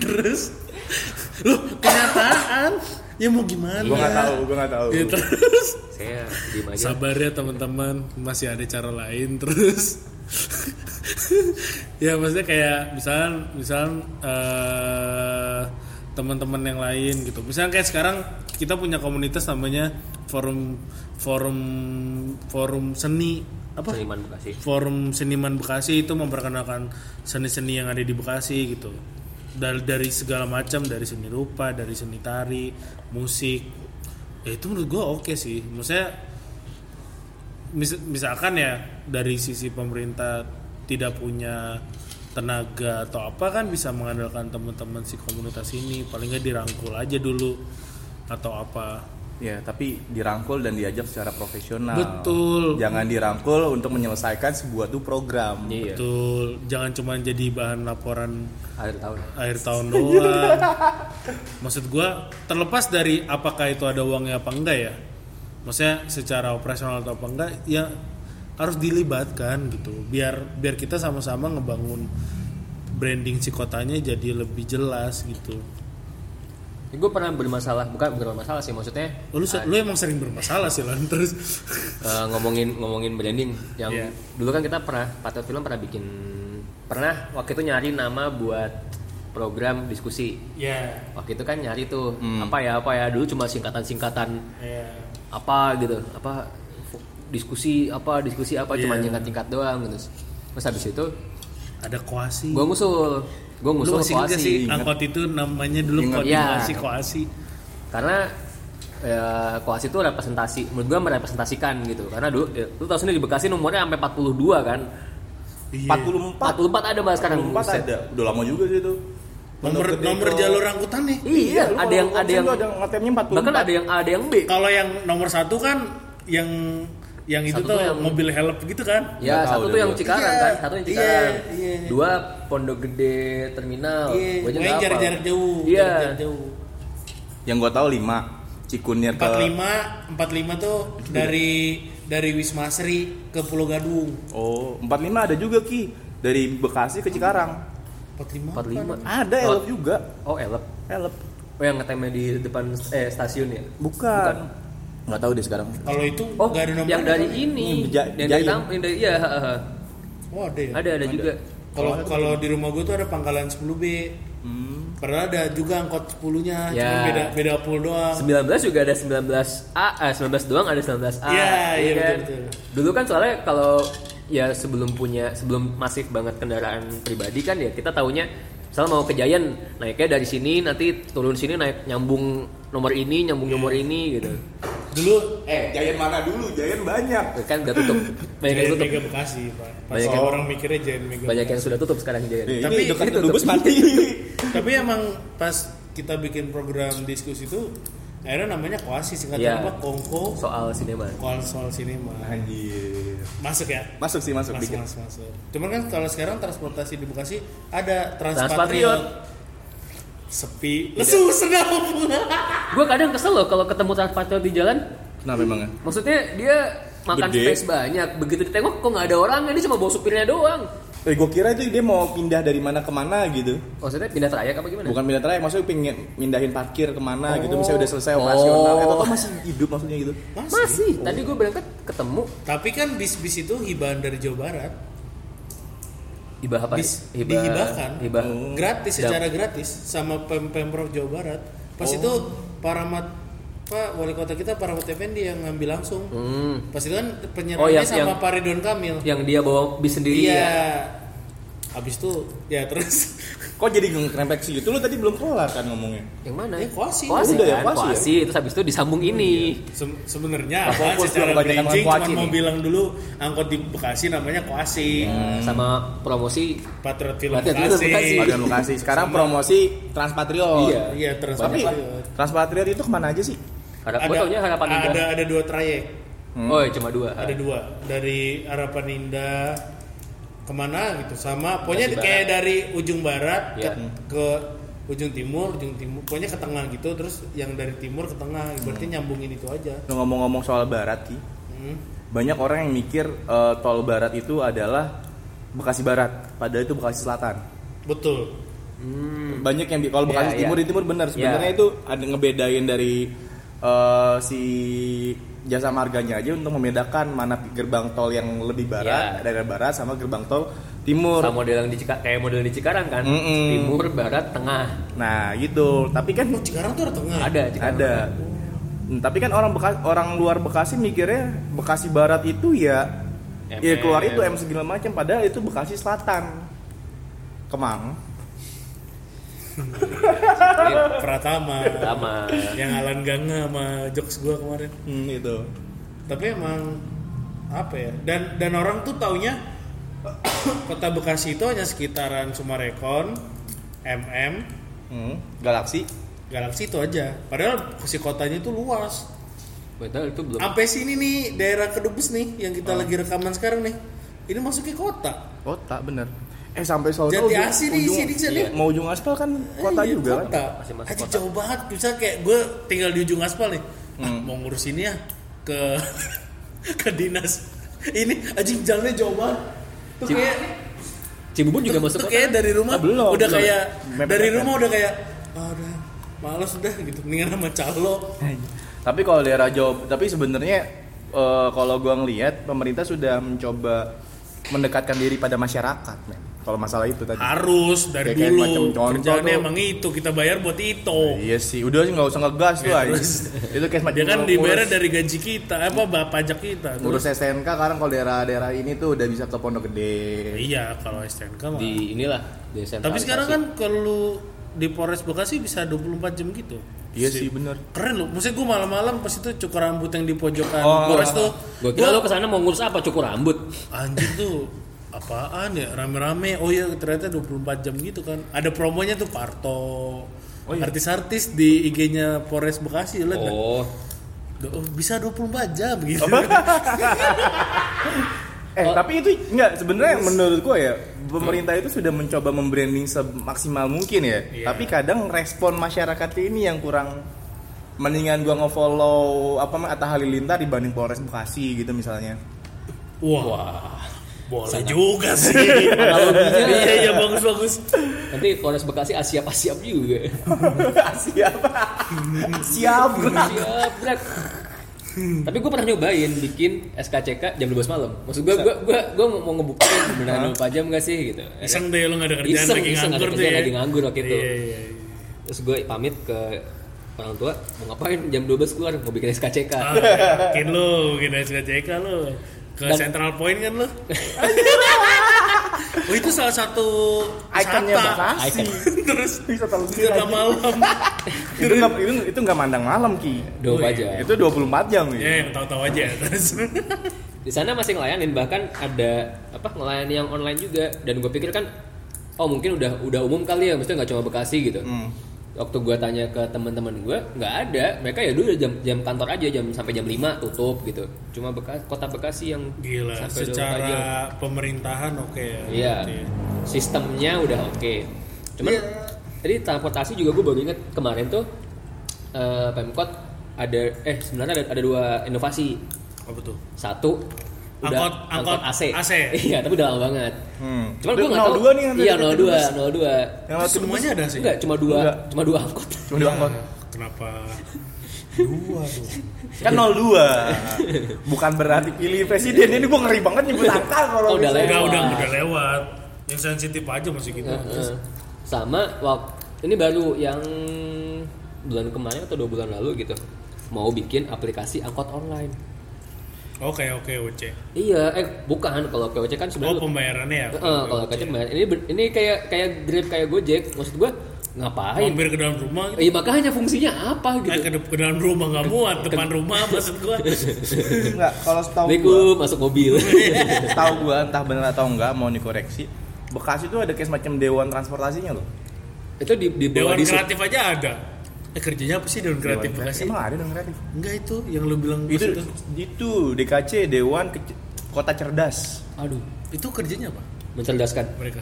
Speaker 2: terus loh kenyataan ya mau gimana?
Speaker 1: gue
Speaker 3: Iya.
Speaker 1: nggak tahu gue nggak tahu
Speaker 2: Ya, terus
Speaker 3: Saya diem aja.
Speaker 2: Sabar ya teman-teman, masih ada cara lain terus. ya maksudnya kayak misal misal eh, teman-teman yang lain gitu. Misalnya kayak sekarang kita punya komunitas namanya forum forum forum seni apa?
Speaker 3: Seniman Bekasi.
Speaker 2: Forum seniman Bekasi itu memperkenalkan seni-seni yang ada di Bekasi gitu. Dari, dari segala macam, dari seni rupa, dari seni tari, musik. Ya itu menurut gua oke sih. Maksudnya mis- misalkan ya dari sisi pemerintah tidak punya tenaga atau apa kan bisa mengandalkan teman-teman si komunitas ini paling nggak dirangkul aja dulu atau apa
Speaker 3: iya,
Speaker 1: ya tapi dirangkul dan diajak secara profesional
Speaker 2: Betul.
Speaker 1: jangan dirangkul untuk menyelesaikan sebuah tuh program
Speaker 3: Iya.
Speaker 2: betul jangan cuma jadi bahan laporan
Speaker 3: Akhir tahun.
Speaker 2: akhir tahun doang. Maksud gua terlepas dari apakah itu ada uangnya apa enggak ya. Maksudnya secara operasional atau apa enggak ya harus dilibatkan gitu. Biar biar kita sama-sama ngebangun branding si kotanya jadi lebih jelas gitu.
Speaker 3: Ya, gue pernah bermasalah, bukan bukan bermasalah sih maksudnya
Speaker 2: Oh, Lu, se- lu emang sering bermasalah sih Lan terus.
Speaker 3: eh, ngomongin ngomongin branding yang
Speaker 2: Iya.
Speaker 3: dulu kan kita pernah Patriot Film pernah bikin pernah waktu itu nyari nama buat program diskusi
Speaker 2: Ya.
Speaker 3: waktu itu kan nyari tuh
Speaker 2: Hmm.
Speaker 3: apa ya apa ya dulu cuma singkatan-singkatan
Speaker 2: Ya.
Speaker 3: apa gitu apa fu- diskusi apa diskusi apa cuma
Speaker 2: Iya.
Speaker 3: singkat-singkat doang gitu terus habis itu
Speaker 2: Ada koasi.
Speaker 3: gue ngusul gue
Speaker 2: lu
Speaker 3: ngusul
Speaker 2: masih
Speaker 3: ke
Speaker 2: ingat
Speaker 3: Oasi.
Speaker 2: sih angkot itu namanya dulu
Speaker 1: Ingat.
Speaker 2: koordinasi
Speaker 3: Iya.
Speaker 2: koasi.
Speaker 3: karena ya, koasi itu representasi menurut gue merepresentasikan gitu karena dulu ya, lu tau sendiri di Bekasi nomornya sampai 42 kan
Speaker 2: Iya.
Speaker 1: 44
Speaker 3: 44 ada bahas sekarang
Speaker 1: 44
Speaker 3: Buset.
Speaker 1: ada udah lama juga sih itu
Speaker 2: Nomor
Speaker 1: Pondok Gede
Speaker 2: nomor
Speaker 1: ke-
Speaker 2: jalur angkutan nih.
Speaker 3: iya
Speaker 1: lu
Speaker 3: ada
Speaker 1: kalau
Speaker 3: yang ada
Speaker 1: konsen
Speaker 3: yang
Speaker 1: tuh ada ngetemnya 44
Speaker 3: bahkan ada yang A ada yang B
Speaker 2: Kalau yang nomor satu kan yang yang itu
Speaker 3: Satu
Speaker 2: tuh
Speaker 3: tuh yang-
Speaker 2: mobil help gitu kan?
Speaker 3: ya
Speaker 1: Nggak tahu
Speaker 3: satu
Speaker 1: deh
Speaker 3: tuh yang
Speaker 1: gua.
Speaker 3: Cikarang
Speaker 2: Iya,
Speaker 3: kan satu yang Cikarang
Speaker 2: iya, iya.
Speaker 3: dua Pondok Gede Terminal
Speaker 2: Iya,
Speaker 3: Gua aja
Speaker 2: pokoknya
Speaker 3: nggak hafal.
Speaker 2: jarak-jarak jauh,
Speaker 3: iya
Speaker 2: jarak-jarak jauh.
Speaker 1: yang gue tahu 5 cikunir ke
Speaker 2: 45 45 tuh dari dari Wisma Asri ke Pulau Gadung.
Speaker 1: oh 45 ada juga ki dari Bekasi ke Cikarang
Speaker 2: 45.
Speaker 3: 45
Speaker 1: ada elep juga
Speaker 3: oh elep
Speaker 1: elep
Speaker 3: oh yang ngetemnya di depan eh stasiun ya
Speaker 1: bukan nggak tahu deh sekarang
Speaker 2: Kalau itu
Speaker 3: oh
Speaker 2: nggak ada nomor.
Speaker 3: yang dari ini
Speaker 1: Yang Beja-
Speaker 3: yang dari
Speaker 1: Jayan.
Speaker 3: tam yang dari iya ha, ha.
Speaker 2: Oh, ada ya.
Speaker 3: ada ada juga
Speaker 2: Kalau kalau di rumah gue tuh ada pangkalan 10B.
Speaker 1: hmm.
Speaker 2: Padahal ada juga angkot 10-nya,
Speaker 3: Ya.
Speaker 2: cuma beda beda pool doang.
Speaker 3: 19 juga ada 19A, eh, 19 doang ada 19A.
Speaker 2: Iya, iya, betul,
Speaker 3: kan?
Speaker 2: betul.
Speaker 3: Dulu kan soalnya kalau ya sebelum punya sebelum masif banget kendaraan pribadi kan ya kita taunya misalnya mau ke Giant naiknya dari sini nanti turun sini naik nyambung nomor ini,
Speaker 2: Iya.
Speaker 3: nyambung nomor ini gitu.
Speaker 2: Dulu
Speaker 1: Eh, Jayan mana dulu? Jayan banyak.
Speaker 3: Kan udah tutup. Banyak yang
Speaker 2: Jayan
Speaker 3: tutup.
Speaker 2: Mega Bekasi, Pak. Pasti
Speaker 3: Banyak
Speaker 1: yang-
Speaker 2: orang mikirnya Jayan Mega.
Speaker 3: Banyak yang sudah tutup sekarang
Speaker 1: Eh,
Speaker 3: Giant.
Speaker 2: Tapi
Speaker 1: ini dekat
Speaker 3: itu
Speaker 1: Dubes mati.
Speaker 2: Tapi emang pas kita bikin program diskusi itu akhirnya namanya koasi singkatan
Speaker 3: Iya.
Speaker 2: apa? Kongko
Speaker 3: Soal sinema.
Speaker 2: Konsol Cinema.
Speaker 1: Anjir.
Speaker 2: Masuk ya?
Speaker 1: Masuk sih, masuk
Speaker 2: Masuk,
Speaker 1: dikit.
Speaker 2: masuk, masuk. Cuman kan kalau sekarang transportasi di Bekasi ada
Speaker 3: Transpatriot.
Speaker 2: Transpatriot. Sepi, lesu, sedap.
Speaker 3: Gue kadang kesel loh kalau ketemu transporter di jalan.
Speaker 1: Kenapa emang? ya?
Speaker 3: Maksudnya dia makan
Speaker 1: Gede.
Speaker 3: space banyak. Begitu ditengok kok nggak ada orangnya, dia cuma bawa supirnya doang.
Speaker 1: Eh, gue kira itu dia mau pindah dari mana ke mana gitu.
Speaker 3: Maksudnya pindah trayek apa gimana?
Speaker 1: Bukan pindah trayek, maksudnya pengen mindahin parkir kemana gitu. Misalnya udah selesai operasional,
Speaker 3: Oh.
Speaker 1: eh, kok masih hidup maksudnya gitu.
Speaker 2: Masih.
Speaker 3: Masih. Tadi gue berangkat ketemu
Speaker 2: Tapi kan bis-bis itu hibaan dari Jawa Barat.
Speaker 3: hibah apa?
Speaker 2: Bis
Speaker 3: ya? hibah,
Speaker 2: dihibahkan. Oh.
Speaker 3: Hibah.
Speaker 2: Gratis
Speaker 3: Dap-
Speaker 2: secara gratis sama Pem- Pemprov Jawa Barat.
Speaker 3: Oh.
Speaker 2: Pas itu para mat Pak wali kota kita para Effendi yang ngambil langsung.
Speaker 3: Hmm.
Speaker 2: Pas itu kan penyerangnya
Speaker 3: Oh, yang-
Speaker 2: sama
Speaker 3: yang-
Speaker 2: Pak Ridwan Kamil.
Speaker 3: Yang dia bawa bis sendiri.
Speaker 2: Iya.
Speaker 3: ya?
Speaker 2: Habis itu ya terus
Speaker 1: Kok jadi ngerempek sih gitu? Lu tadi belum kelar kan ngomongnya.
Speaker 3: Yang mana?
Speaker 2: Ya, Hmm, koasi.
Speaker 3: Koasi
Speaker 1: Udah ya,
Speaker 3: kan?
Speaker 1: koasi ya?
Speaker 3: Koasi. Terus habis itu disambung ini.
Speaker 2: Se-
Speaker 1: Apa
Speaker 2: sebenarnya apa
Speaker 1: fokus
Speaker 2: secara
Speaker 1: lu kebanyakan
Speaker 2: bridging
Speaker 1: orang
Speaker 2: cuma
Speaker 1: koaci
Speaker 2: mau
Speaker 1: nih?
Speaker 2: bilang dulu angkot di Bekasi namanya Koasi.
Speaker 3: Nah, Sama promosi.
Speaker 2: Patriot Film
Speaker 3: Iya. Patriot Film Bekasi.
Speaker 2: Bekasi.
Speaker 1: Ada lokasi. Sekarang promosi Transpatriot.
Speaker 3: Iya.
Speaker 2: Iya,
Speaker 1: Tapi
Speaker 2: Transpatriot.
Speaker 1: Transpatriot itu kemana aja sih?
Speaker 3: Harap, gue taunya harapan indah.
Speaker 2: ada ada dua trayek.
Speaker 1: Hmm.
Speaker 3: Oh, ya, cuma dua.
Speaker 2: ada dua dari harapan indah kemana gitu sama pokoknya
Speaker 3: Bekasi
Speaker 2: kayak dari ujung barat
Speaker 3: Iya.
Speaker 2: ke, ke ujung timur ujung timur pokoknya ke tengah gitu terus yang dari timur ke tengah berarti
Speaker 3: Hmm.
Speaker 2: nyambungin itu aja
Speaker 1: Lu iya. Ngomong-ngomong soal barat sih.
Speaker 2: Hmm.
Speaker 1: Banyak orang yang mikir eh, tol barat itu adalah Bekasi Barat, padahal itu Bekasi Selatan.
Speaker 2: betul
Speaker 3: Hmm.
Speaker 1: Banyak yang di kalau Bekasi
Speaker 3: Iya, iya.
Speaker 1: Timur di Timur benar sebenarnya
Speaker 3: Iya.
Speaker 1: itu ada ngebedain dari eh, si jasa marganya aja untuk membedakan mana gerbang tol yang lebih barat,
Speaker 3: Iya.
Speaker 1: daerah barat sama gerbang tol timur.
Speaker 3: Sama model yang di Cika- kayak model di Cikarang kan.
Speaker 2: Hmm,
Speaker 1: Mm-mm.
Speaker 3: Timur, barat, tengah.
Speaker 1: Nah, gitu. Tapi kan
Speaker 2: oh Cikarang tuh ada tengah
Speaker 3: Ada Cikarang.
Speaker 1: ada. Hmm, Tapi kan orang Beka- orang luar Bekasi mikirnya Bekasi Barat itu ya
Speaker 3: MM.
Speaker 1: ya keluar itu M segala macam padahal itu Bekasi Selatan. Kemang.
Speaker 3: Iya.
Speaker 2: Pratama
Speaker 3: Pratama.
Speaker 2: yang Alan Ganga sama jokes gua kemarin
Speaker 1: Hmm, itu.
Speaker 2: tapi emang apa ya dan dan orang tuh taunya kota Bekasi itu hanya sekitaran Sumarekon MM
Speaker 1: Hmm, Galaksi.
Speaker 2: Galaksi itu aja. Padahal si kotanya itu luas.
Speaker 3: Betul itu belum.
Speaker 2: Sampai sini nih daerah Kedubes nih
Speaker 1: Ah.
Speaker 2: yang kita lagi rekaman sekarang nih. Ini masuk ke kota.
Speaker 1: Kota bener. Eh sampai Solo
Speaker 2: Jati
Speaker 1: ujung-
Speaker 2: Asih nih,
Speaker 1: ujung-
Speaker 2: sini sini.
Speaker 1: Mau ujung aspal kan kota
Speaker 2: Iya,
Speaker 1: juga kan.
Speaker 2: Kota.
Speaker 3: Masih masuk
Speaker 2: Aja
Speaker 3: kota.
Speaker 2: jauh banget. Bisa kayak gue tinggal di ujung aspal nih. Ah,
Speaker 1: Hmm.
Speaker 2: mau ngurus ini ya ke ke dinas. Ini anjing jalannya jauh banget. Tuh
Speaker 3: Cip-
Speaker 2: kayak
Speaker 3: Cibubur juga masuk
Speaker 2: tuh
Speaker 3: kota.
Speaker 2: kayak dari rumah
Speaker 1: Ah, belum,
Speaker 2: udah
Speaker 1: belum.
Speaker 2: kayak
Speaker 1: Mepet-mepet.
Speaker 2: dari rumah udah kayak ah, udah malas udah gitu. Mendingan sama calo.
Speaker 1: Tapi kalau daerah Jawa, tapi sebenarnya eh, kalau gua ngelihat pemerintah sudah mencoba mendekatkan diri pada masyarakat, men. Kalau masalah itu tadi.
Speaker 2: harus
Speaker 1: Kayak-
Speaker 2: dari
Speaker 1: kayak
Speaker 2: dulu
Speaker 1: macam contoh
Speaker 2: kerjaannya
Speaker 1: tuh.
Speaker 2: emang itu kita bayar buat itu
Speaker 1: Iya sih, udah sih nggak usah ngegas tuh
Speaker 2: Ya,
Speaker 1: aja.
Speaker 2: terus.
Speaker 1: Itu kayak semacam
Speaker 2: dia kan
Speaker 1: ngurus-
Speaker 2: dibayar dari gaji kita apa bah, pajak kita
Speaker 1: ngurus
Speaker 2: Terus,
Speaker 1: STNK sekarang kalau daerah-daerah ini tuh udah bisa ke Pondok Gede.
Speaker 2: iya kalau STNK mah
Speaker 3: di inilah desentralisasi.
Speaker 2: tapi sekarang kan kalau lu di Polres Bekasi bisa 24 jam gitu
Speaker 1: Iya sih bener.
Speaker 2: keren loh maksudnya gue malam-malam pas itu cukur rambut yang di pojokan
Speaker 1: Oh.
Speaker 2: Polres tuh
Speaker 3: Gue kira lo kesana mau ngurus apa? Cukur rambut.
Speaker 2: anjir tuh apaan ya rame-rame oh iya ternyata 24 jam gitu kan ada promonya tuh Parto
Speaker 1: Oh iya.
Speaker 2: artis-artis di IG-nya Polres Bekasi lihat nggak?
Speaker 3: Oh,
Speaker 2: Do- oh, bisa 24 jam gitu.
Speaker 1: Eh tapi itu nggak sebenarnya menurut gua ya pemerintah itu sudah mencoba membranding semaksimal mungkin ya.
Speaker 2: Iya.
Speaker 1: Tapi kadang respon masyarakat ini yang kurang mendingan gua ngefollow apa namanya, Atta Halilintar dibanding Polres Bekasi gitu misalnya.
Speaker 2: Wah, boleh juga sih.
Speaker 3: Analoginya.
Speaker 2: iya iya bagus bagus.
Speaker 3: nanti Polres Bekasi asiap-asiap ah, juga.
Speaker 1: Siapa? Siapa?
Speaker 3: Asiap, brek. Tapi gue pernah nyobain bikin SKCK jam 12 malam. Maksud gue, gue, gue, gue mau ngebuktiin beneran 24 jam gak sih gitu.
Speaker 2: Iseng deh lo gak ada kerjaan
Speaker 3: Iseng,
Speaker 2: lagi
Speaker 3: iseng, ada
Speaker 2: nganggur tuh
Speaker 3: kerjaan
Speaker 2: ya.
Speaker 3: lagi nganggur waktu itu.
Speaker 2: Iya, iya, iya.
Speaker 3: terus gue pamit ke orang tua mau ngapain jam 12 keluar mau bikin SKCK
Speaker 2: Ah, Yakin lu, bikin SKCK lu. Ke
Speaker 3: Dan-
Speaker 2: Central Point kan lu. oh, itu salah satu
Speaker 1: Ikonnya
Speaker 2: wisata.
Speaker 1: Bekasi.
Speaker 2: Terus
Speaker 1: Wisata Mesir aja.
Speaker 2: sudah malam.
Speaker 1: itu nggak itu, itu nggak mandang malam ki.
Speaker 3: Dua
Speaker 1: iya.
Speaker 3: aja
Speaker 1: Itu 24 jam
Speaker 2: ya,
Speaker 3: Iya.
Speaker 1: ya.
Speaker 2: yang tahu-tahu aja. Terus
Speaker 3: di sana masih ngelayanin bahkan ada apa ngelayanin yang online juga dan gue pikir kan oh mungkin udah udah umum kali ya maksudnya nggak cuma Bekasi gitu
Speaker 1: Hmm.
Speaker 3: waktu gue tanya ke teman-teman gue nggak ada mereka ya dulu jam jam kantor aja jam sampai jam 5 tutup gitu cuma Beka- kota Bekasi yang
Speaker 2: gila,
Speaker 3: sampai dua
Speaker 2: secara
Speaker 3: jam.
Speaker 2: pemerintahan oke ya.
Speaker 3: iya
Speaker 2: berarti ya.
Speaker 3: sistemnya udah oke cuman
Speaker 2: Iya.
Speaker 3: tadi transportasi juga gue baru inget kemarin tuh eh, pemkot ada eh sebenarnya ada, ada dua inovasi
Speaker 2: Apa tuh?
Speaker 3: satu
Speaker 2: Angkot- angkot AC.
Speaker 3: iya tapi udah lama banget
Speaker 1: Hmm.
Speaker 3: cuman
Speaker 1: Itu
Speaker 3: gue nggak tahu
Speaker 1: 02 nih yang
Speaker 3: iya
Speaker 1: tadi
Speaker 3: 02
Speaker 1: Yang
Speaker 3: 02
Speaker 1: lewat kedubes.
Speaker 2: Semuanya ada sih.
Speaker 3: enggak cuma dua
Speaker 1: Enggak.
Speaker 3: cuma dua angkot
Speaker 1: Cuma dua angkot.
Speaker 2: Kenapa? Dua tuh.
Speaker 1: Kan 02. Bukan berarti pilih presiden. Ini gue ngeri banget nyebut angka kalau
Speaker 3: Oh, udah
Speaker 1: misalnya.
Speaker 2: Udah,
Speaker 3: Lewat.
Speaker 2: udah, udah lewat. Yang sensitif aja masih gitu.
Speaker 3: Heeh. sama waktu ini baru yang bulan kemarin atau dua bulan lalu gitu mau bikin aplikasi angkot online
Speaker 2: Oke, oke, oke.
Speaker 3: iya eh bukan kalau POC
Speaker 2: Oh,
Speaker 3: kan sebenarnya
Speaker 2: pembayarannya ya.
Speaker 3: Heeh, kalau
Speaker 2: Oke.
Speaker 3: kacau kan ini ben- ini kayak kayak Grab kayak Gojek maksud gue ngapain
Speaker 2: Mampir ke dalam rumah gitu.
Speaker 3: Iya makanya fungsinya apa
Speaker 2: Eh,
Speaker 3: gitu?
Speaker 2: ke, ke dalam rumah nggak muat, depan rumah maksud gua.
Speaker 1: Enggak, kalau setahu gue,
Speaker 3: Assalamualaikum, masuk mobil.
Speaker 2: Iya.
Speaker 1: tahu gue entah bener atau enggak mau dikoreksi. Bekasi itu ada kayak semacam dewan transportasinya loh.
Speaker 3: itu di di
Speaker 2: Dewan
Speaker 3: bawah di
Speaker 2: kreatif aja ada. Eh kerjanya apa sih dewan kreatif
Speaker 1: Dewan
Speaker 2: Bekasi?
Speaker 1: Emang ada dewan kreatif.
Speaker 2: Enggak itu yang lu bilang
Speaker 1: Itu
Speaker 2: itu.
Speaker 1: itu DKC Dewan Kece- Kota Cerdas.
Speaker 3: Aduh,
Speaker 2: Itu kerjanya apa
Speaker 3: mencerdaskan.
Speaker 2: mereka?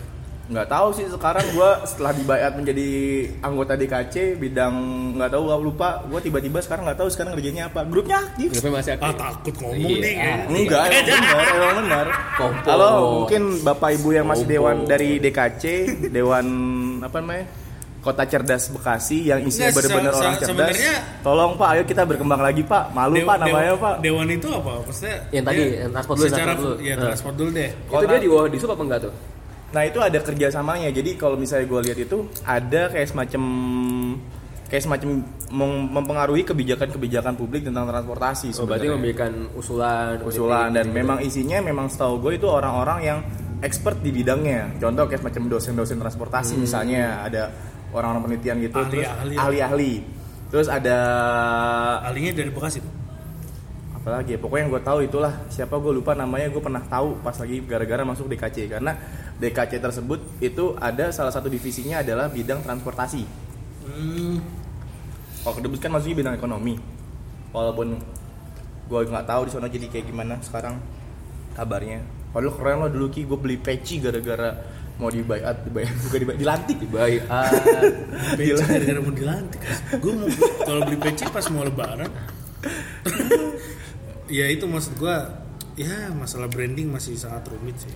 Speaker 1: nggak tahu sih sekarang gue setelah dibayat menjadi anggota DKC bidang nggak tahu gua lupa gue tiba-tiba sekarang nggak tahu sekarang kerjanya apa grupnya aktif
Speaker 3: Grupnya masih
Speaker 2: Ah
Speaker 3: aktif.
Speaker 2: takut ngomong
Speaker 3: Iya.
Speaker 2: nih kan.
Speaker 1: enggak emang benar emang benar
Speaker 3: Kompo.
Speaker 1: kalau mungkin bapak ibu yang masih
Speaker 3: Kompo.
Speaker 1: dewan dari DKC dewan apa namanya kota cerdas Bekasi yang isinya
Speaker 2: Nggak, se-
Speaker 1: benar-benar
Speaker 2: se-
Speaker 1: orang cerdas
Speaker 2: sebenarnya-
Speaker 1: tolong pak ayo kita berkembang lagi pak malu
Speaker 2: Dewa-
Speaker 1: pak namanya
Speaker 2: dewa-
Speaker 1: pak
Speaker 2: Dewan itu apa? Maksudnya
Speaker 3: Yang tadi,
Speaker 2: dia-
Speaker 3: yang transport dulu,
Speaker 2: secara,
Speaker 3: transport dulu.
Speaker 2: Ya,
Speaker 3: Eh.
Speaker 2: transport dulu deh.
Speaker 3: Itu dia di bawah disup apa enggak tuh?
Speaker 1: Nah itu ada kerjasamanya. Jadi kalau misalnya gue lihat itu ada kayak semacam kayak semacam mem- mempengaruhi kebijakan-kebijakan publik tentang transportasi
Speaker 3: Oh, berarti gitu
Speaker 1: sebenarnya.
Speaker 3: memberikan usulan,
Speaker 1: usulan dan
Speaker 3: ya?
Speaker 1: memang isinya memang setahu gue itu orang-orang yang expert di bidangnya. Contoh kayak semacam dosen-dosen
Speaker 3: Hmm.
Speaker 1: transportasi misalnya ada orang-orang penelitian gitu terus
Speaker 2: Ahli-ahli.
Speaker 1: ahli-ahli. Terus ada
Speaker 2: Alinya dari Bekasi tuh.
Speaker 1: apalagi ya pokoknya yang gue tahu itulah siapa gue lupa namanya gue pernah tahu pas lagi gara-gara masuk DKC karena DKC tersebut itu ada salah satu divisinya adalah bidang transportasi
Speaker 2: Hmm.
Speaker 1: kalau kedebus kan masuknya bidang ekonomi walaupun gue nggak tahu di sana jadi kayak gimana sekarang kabarnya padahal keren loh dulu ki gue beli peci gara-gara mau dibayat dibayat bukan dibayat dilantik
Speaker 3: dibayar.
Speaker 2: PC gara-gara mau dilantik. Gue mau kalau beli PC pas mau lebaran. ya itu maksud gua ya masalah branding masih sangat rumit sih.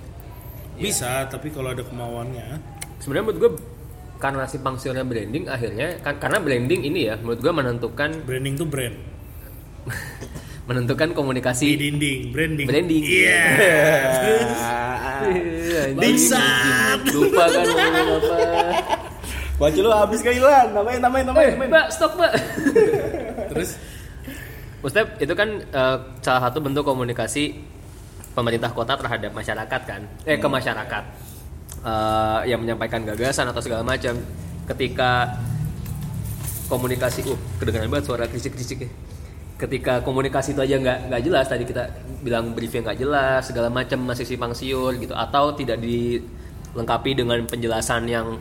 Speaker 2: Bisa, tapi kalau ada kemauannya.
Speaker 3: Sebenarnya menurut gue karena si pangsiornya branding akhirnya kan karena branding ini ya menurut gue menentukan
Speaker 2: Branding tuh brand.
Speaker 3: menentukan
Speaker 2: Di
Speaker 3: komunikasi
Speaker 2: dinding, branding.
Speaker 3: Branding.
Speaker 2: Iya.
Speaker 3: Iya, Anjing,
Speaker 2: Bangsat.
Speaker 3: anjing. lupa kan ngomong apa
Speaker 1: Wajah lu habis kailan, tambahin, tambahin, tambahin. tambahin.
Speaker 3: Eh, mbak stop mbak
Speaker 2: Terus
Speaker 3: Maksudnya itu kan eh, salah satu bentuk komunikasi pemerintah kota terhadap masyarakat kan, eh
Speaker 2: Hmm.
Speaker 3: ke masyarakat Eh, yang menyampaikan gagasan atau segala macam. Ketika komunikasi, uh, kedengaran banget suara krisik-krisiknya. Ketika komunikasi itu aja nggak nggak jelas tadi kita bilang briefnya nggak jelas segala macam masih simpang siur gitu atau tidak dilengkapi dengan penjelasan yang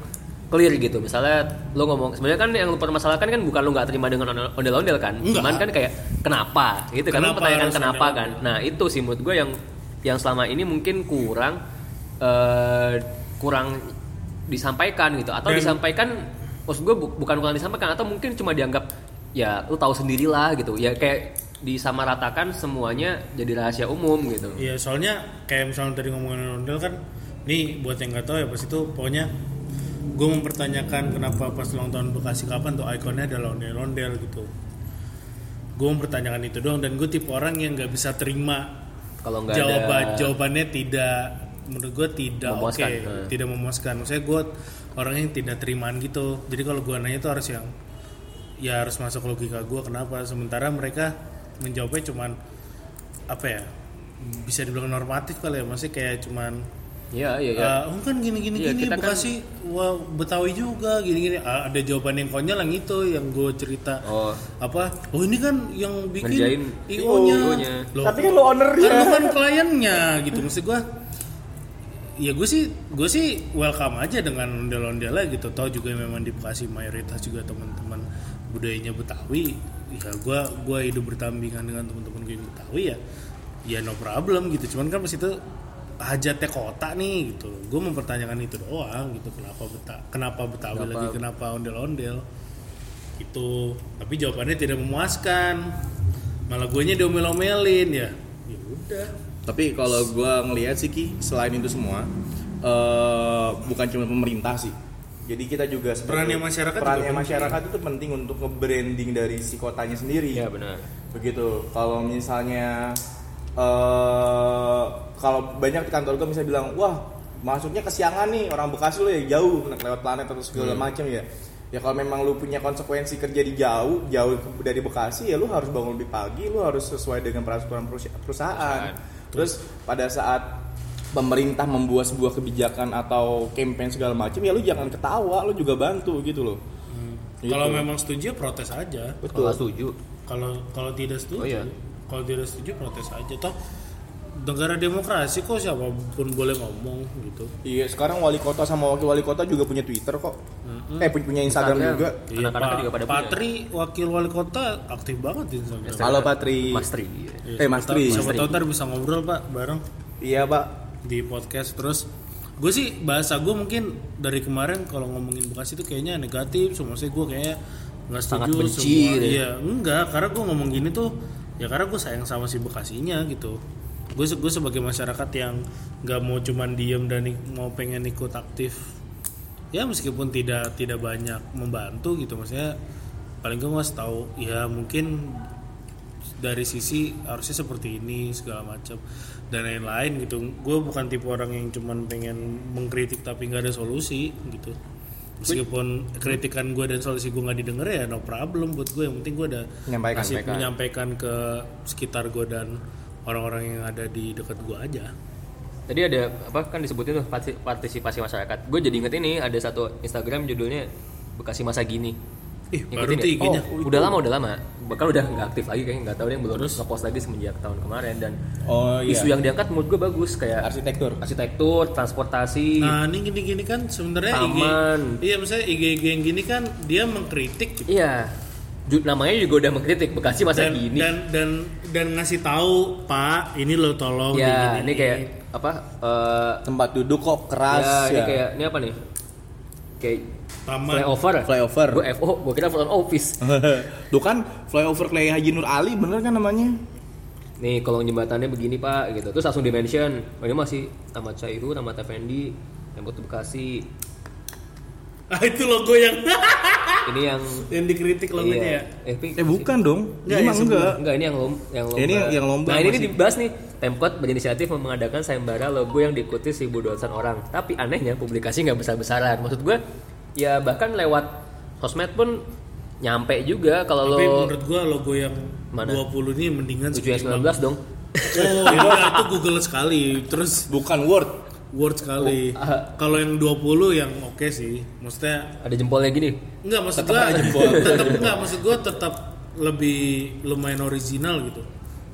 Speaker 3: clear gitu misalnya lo ngomong sebenarnya kan yang lo permasalahkan kan bukan lo nggak terima dengan ondel- ondel-ondel kan
Speaker 2: Enggak.
Speaker 3: cuman kan kayak kenapa gitu kan lo
Speaker 2: Kenapa
Speaker 3: pertanyaan
Speaker 2: harus
Speaker 3: kenapa
Speaker 2: ondel-ondel?
Speaker 3: kan nah itu sih menurut gue yang yang selama ini mungkin kurang eh, kurang disampaikan gitu atau
Speaker 2: Dan-
Speaker 3: disampaikan maksud gue bu- bukan kurang disampaikan atau mungkin cuma dianggap ya lu tahu sendirilah gitu ya kayak disamaratakan semuanya jadi rahasia umum gitu
Speaker 2: Iya, soalnya kayak misalnya tadi ngomongin ondel kan, nih buat yang nggak tahu ya pas itu pokoknya gue mempertanyakan kenapa pas ulang tahun Bekasi kapan tuh ikonnya adalah ondel-ondel gitu. Gue mempertanyakan itu doang dan gue tipe orang yang nggak bisa terima
Speaker 3: kalau nggak
Speaker 2: jawaban
Speaker 3: ada
Speaker 2: jawabannya tidak menurut gue tidak oke
Speaker 3: Memuaskan, eh.
Speaker 2: tidak memuaskan maksudnya gue orangnya yang tidak terimaan gitu jadi kalau gue nanya itu harus yang ya harus masuk logika gue kenapa sementara mereka menjawabnya cuman apa ya bisa dibilang normatif kali ya masih kayak cuman
Speaker 3: Iya, iya, iya.
Speaker 2: "Ah, oh kan gini gini
Speaker 3: Iya,
Speaker 2: gini
Speaker 3: kita kan-
Speaker 2: bekasi wah betawi juga gini gini Ah, ada jawaban yang konyol yang itu yang gue cerita
Speaker 3: Oh,
Speaker 2: apa oh ini kan yang
Speaker 3: Ngerjain
Speaker 2: bikin io nya
Speaker 3: IO-nya.
Speaker 1: Tapi kan lo ownernya.
Speaker 2: kan lu kan kliennya gitu maksud gua ya gue sih gue sih welcome aja dengan ondel-ondela gitu tau juga memang di Bekasi mayoritas juga teman-teman budayanya Betawi ya gue gua hidup bertampingan dengan teman-teman gue yang Betawi ya ya no problem gitu cuman kan pas itu hajatnya kota nih gitu gue mempertanyakan itu doang gitu kenapa beta kenapa Betawi lagi kenapa ondel-ondel itu tapi jawabannya tidak memuaskan malah guanya diomel-omelin ya ya udah
Speaker 1: Tapi kalau gua ngelihat sih Ki, selain itu semua eh bukan cuma pemerintah sih. Jadi kita juga sebagai-
Speaker 2: Perannya masyarakat juga
Speaker 1: perannya
Speaker 2: penting.
Speaker 1: masyarakat itu penting untuk nge-branding dari si kotanya sendiri.
Speaker 3: iya benar.
Speaker 1: Begitu. Kalau misalnya eh kalau banyak di kantor gua bisa bilang, "Wah, masuknya kesiangan nih orang Bekasi lo ya jauh lewat planet atau segala macam ya." Ya kalau memang lu punya konsekuensi kerja di jauh, jauh dari Bekasi ya lu harus bangun lebih pagi, lu harus sesuai dengan peraturan perus- perusahaan. Terus pada saat pemerintah membuat sebuah kebijakan atau campaign segala macam ya lu jangan ketawa, lu juga bantu gitu loh. Gitu.
Speaker 2: kalau memang setuju ya protes aja
Speaker 1: Betul.
Speaker 3: Kalau setuju.
Speaker 2: kalau kalau tidak setuju
Speaker 3: Oh, iya.
Speaker 2: kalau tidak setuju protes aja toh negara demokrasi kok siapapun boleh ngomong gitu
Speaker 1: Iya, sekarang wali kota sama wakil wali kota juga punya Twitter kok. Eh pu- punya Instagram, juga.
Speaker 3: Anak-anak
Speaker 2: Iya, Pak-
Speaker 3: kan juga pada punya.
Speaker 2: Patri wakil wali kota aktif banget di Instagram
Speaker 3: Instagram.
Speaker 1: Halo Patri.
Speaker 3: Mastri.
Speaker 1: Eh, Mas Tri.
Speaker 2: Siapa
Speaker 3: Mas Tri.
Speaker 2: tahu ntar bisa ngobrol pak bareng
Speaker 1: Iya, Pak.
Speaker 2: di podcast terus gue sih bahasa gue mungkin dari kemarin kalau ngomongin Bekasi itu kayaknya negatif semua sih gue kayaknya nggak setuju
Speaker 3: Sangat benci
Speaker 2: semua
Speaker 3: gitu ya.
Speaker 2: iya enggak karena gue ngomong gini tuh ya karena gue sayang sama si Bekasinya gitu gue gue sebagai masyarakat yang nggak mau cuman diem dan ik- mau pengen ikut aktif ya meskipun tidak tidak banyak membantu gitu maksudnya paling gue ngasih tahu ya mungkin dari sisi harusnya seperti ini segala macam dan lain-lain gitu gue bukan tipe orang yang cuman pengen mengkritik tapi nggak ada solusi gitu meskipun kritikan gue dan solusi gue nggak didengar ya no problem buat gue yang penting gue ada
Speaker 1: Menyampaikan,
Speaker 2: kasih-
Speaker 1: menyampaikan.
Speaker 2: menyampaikan ke sekitar gue dan orang-orang yang ada di dekat gue aja
Speaker 3: Tadi ada apa kan disebutin tuh parti- partisipasi masyarakat. Gue jadi inget ini ada satu Instagram judulnya Bekasi Masa Gini.
Speaker 2: ih
Speaker 3: Ngikutin
Speaker 2: baru
Speaker 3: ya?
Speaker 2: tuh IG-nya
Speaker 3: Oh, udah lama, udah lama. Bahkan udah nggak aktif lagi kayaknya nggak tahu deh belum ngepost lagi semenjak tahun kemarin dan
Speaker 1: Oh
Speaker 3: isu yang diangkat menurut gue bagus kayak
Speaker 1: arsitektur.
Speaker 3: arsitektur, transportasi,
Speaker 2: Nah, ini gini-gini kan sebenarnya IG.
Speaker 3: Taman.
Speaker 2: Iya, misalnya IG-IG yang gini kan dia mengkritik gitu.
Speaker 3: Iya. Ju- namanya juga udah mengkritik Bekasi masa
Speaker 2: Dan,
Speaker 3: gini.
Speaker 2: dan dan dan ngasih tahu, "Pak, ini lo tolong
Speaker 3: ya,
Speaker 2: diginiin."
Speaker 3: ini kayak apa? eh,
Speaker 1: Tempat duduk kok keras
Speaker 3: ya, ini
Speaker 1: ya.
Speaker 3: kayak ini apa nih? Kayak
Speaker 2: taman.
Speaker 3: flyover.
Speaker 1: Flyover.
Speaker 3: Gue FO, gue kira front office.
Speaker 1: Tuh kan flyover Kiai Haji Nur Ali bener kan namanya?
Speaker 3: Nih kolong jembatannya begini pak, gitu. Terus langsung di mention, oh, ini masih Ahmad Syaihu, Ahmad Effendi, yang buat Bekasi.
Speaker 2: Ah, itu logo yang
Speaker 3: Ini yang
Speaker 2: yang dikritik logonya Ah! ya.
Speaker 3: Eh, tapi-
Speaker 1: Eh bukan dong. Emang
Speaker 2: Enggak, yang sebelum-
Speaker 1: enggak.
Speaker 3: Enggak, ini yang lom- yang lomba.
Speaker 1: Ini yang- yang lomba
Speaker 3: Nah, ini,
Speaker 1: masih.
Speaker 3: dibahas nih. Tempat berinisiatif mengadakan sayembara logo yang diikuti 1200-an orang. Tapi anehnya publikasi nggak besar-besaran. Maksud gue, ya bahkan lewat sosmed pun nyampe juga kalau lo
Speaker 2: Tapi menurut gua logo yang
Speaker 3: Mana?
Speaker 2: 20 ini mendingan
Speaker 3: 719 dong.
Speaker 2: Oh, iya, itu Google sekali. Terus
Speaker 1: Bukan Word.
Speaker 2: Word sekali.
Speaker 3: Oh, ah.
Speaker 2: Kalau yang 20 yang oke sih. Maksudnya
Speaker 3: Ada jempolnya gini.
Speaker 2: Enggak maksud gua tetap enggak maksud gua tetap lebih lumayan original gitu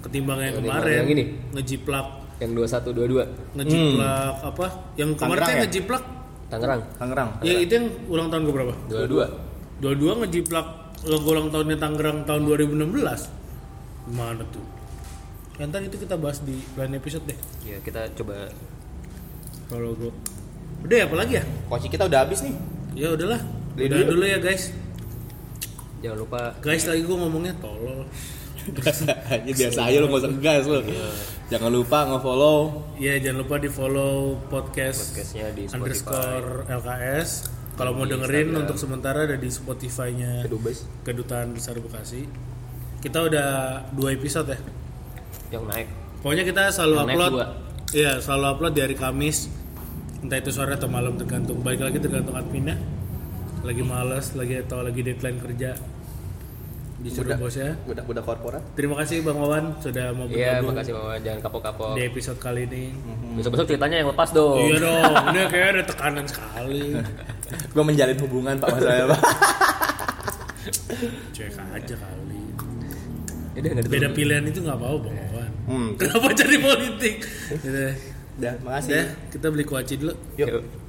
Speaker 2: ketimbang yang
Speaker 3: Yang
Speaker 2: kemarin
Speaker 3: yang ini?
Speaker 2: ngejiplak
Speaker 3: Yang 2122.
Speaker 2: ngejiplak apa yang kemarin
Speaker 1: Tangerang
Speaker 2: tuh
Speaker 1: ya?
Speaker 2: ngejiplak
Speaker 3: Tangerang.
Speaker 1: Tangerang.
Speaker 2: ya itu yang ulang tahun gue berapa
Speaker 3: 22.
Speaker 2: dua-dua ngejiplak logo ulang tahunnya Tangerang tahun 2016 mana tuh yang tadi itu kita bahas di lain episode deh
Speaker 3: Ya, kita coba
Speaker 2: kalau logo udah ya apalagi ya
Speaker 1: Koci kita udah habis nih.
Speaker 2: ya udahlah
Speaker 1: Beli
Speaker 2: udah
Speaker 1: dulu.
Speaker 2: dulu ya guys
Speaker 3: jangan lupa
Speaker 2: guys lagi gue ngomongnya tolol
Speaker 1: ya biasa aja lo nggak usah gas lo. Jangan lupa nge-follow
Speaker 2: Ya jangan lupa di follow podcast
Speaker 3: Podcastnya di Spotify.
Speaker 2: underscore LKS. Kalau mau dengerin untuk sementara ada di Spotify-nya
Speaker 3: Kedubes
Speaker 2: Kedutaan Besar Bekasi. Kita udah dua episode ya.
Speaker 3: yang naik.
Speaker 2: Pokoknya kita selalu
Speaker 3: Yang naik
Speaker 2: upload
Speaker 3: dua.
Speaker 2: Iya, selalu upload di hari Kamis. Entah itu sore atau malam tergantung. Baik lagi tergantung adminnya. Lagi males, lagi atau lagi deadline kerja. Disuruh bosnya.
Speaker 1: budak-budak korporat
Speaker 2: Terima kasih Bang Wawan sudah mau
Speaker 3: Iya,
Speaker 2: bergabung
Speaker 3: makasih Hmm. Mama. Jangan kapok-kapok.
Speaker 2: di episode kali ini.
Speaker 3: Besok-besok ceritanya yang lepas dong.
Speaker 2: Iya dong, ini kayak ada tekanan sekali.
Speaker 1: gue menjalin hubungan pak masalahnya pak
Speaker 2: Cek aja kali.
Speaker 3: Ya udah, nggak ada
Speaker 2: Beda pilihan itu nggak apa-apa Bang Wawan.
Speaker 1: hmm.
Speaker 2: Kenapa jadi politik? Gitu.
Speaker 1: dah makasih
Speaker 2: Udah, kita beli kuaci dulu.
Speaker 1: yuk
Speaker 3: Yuk.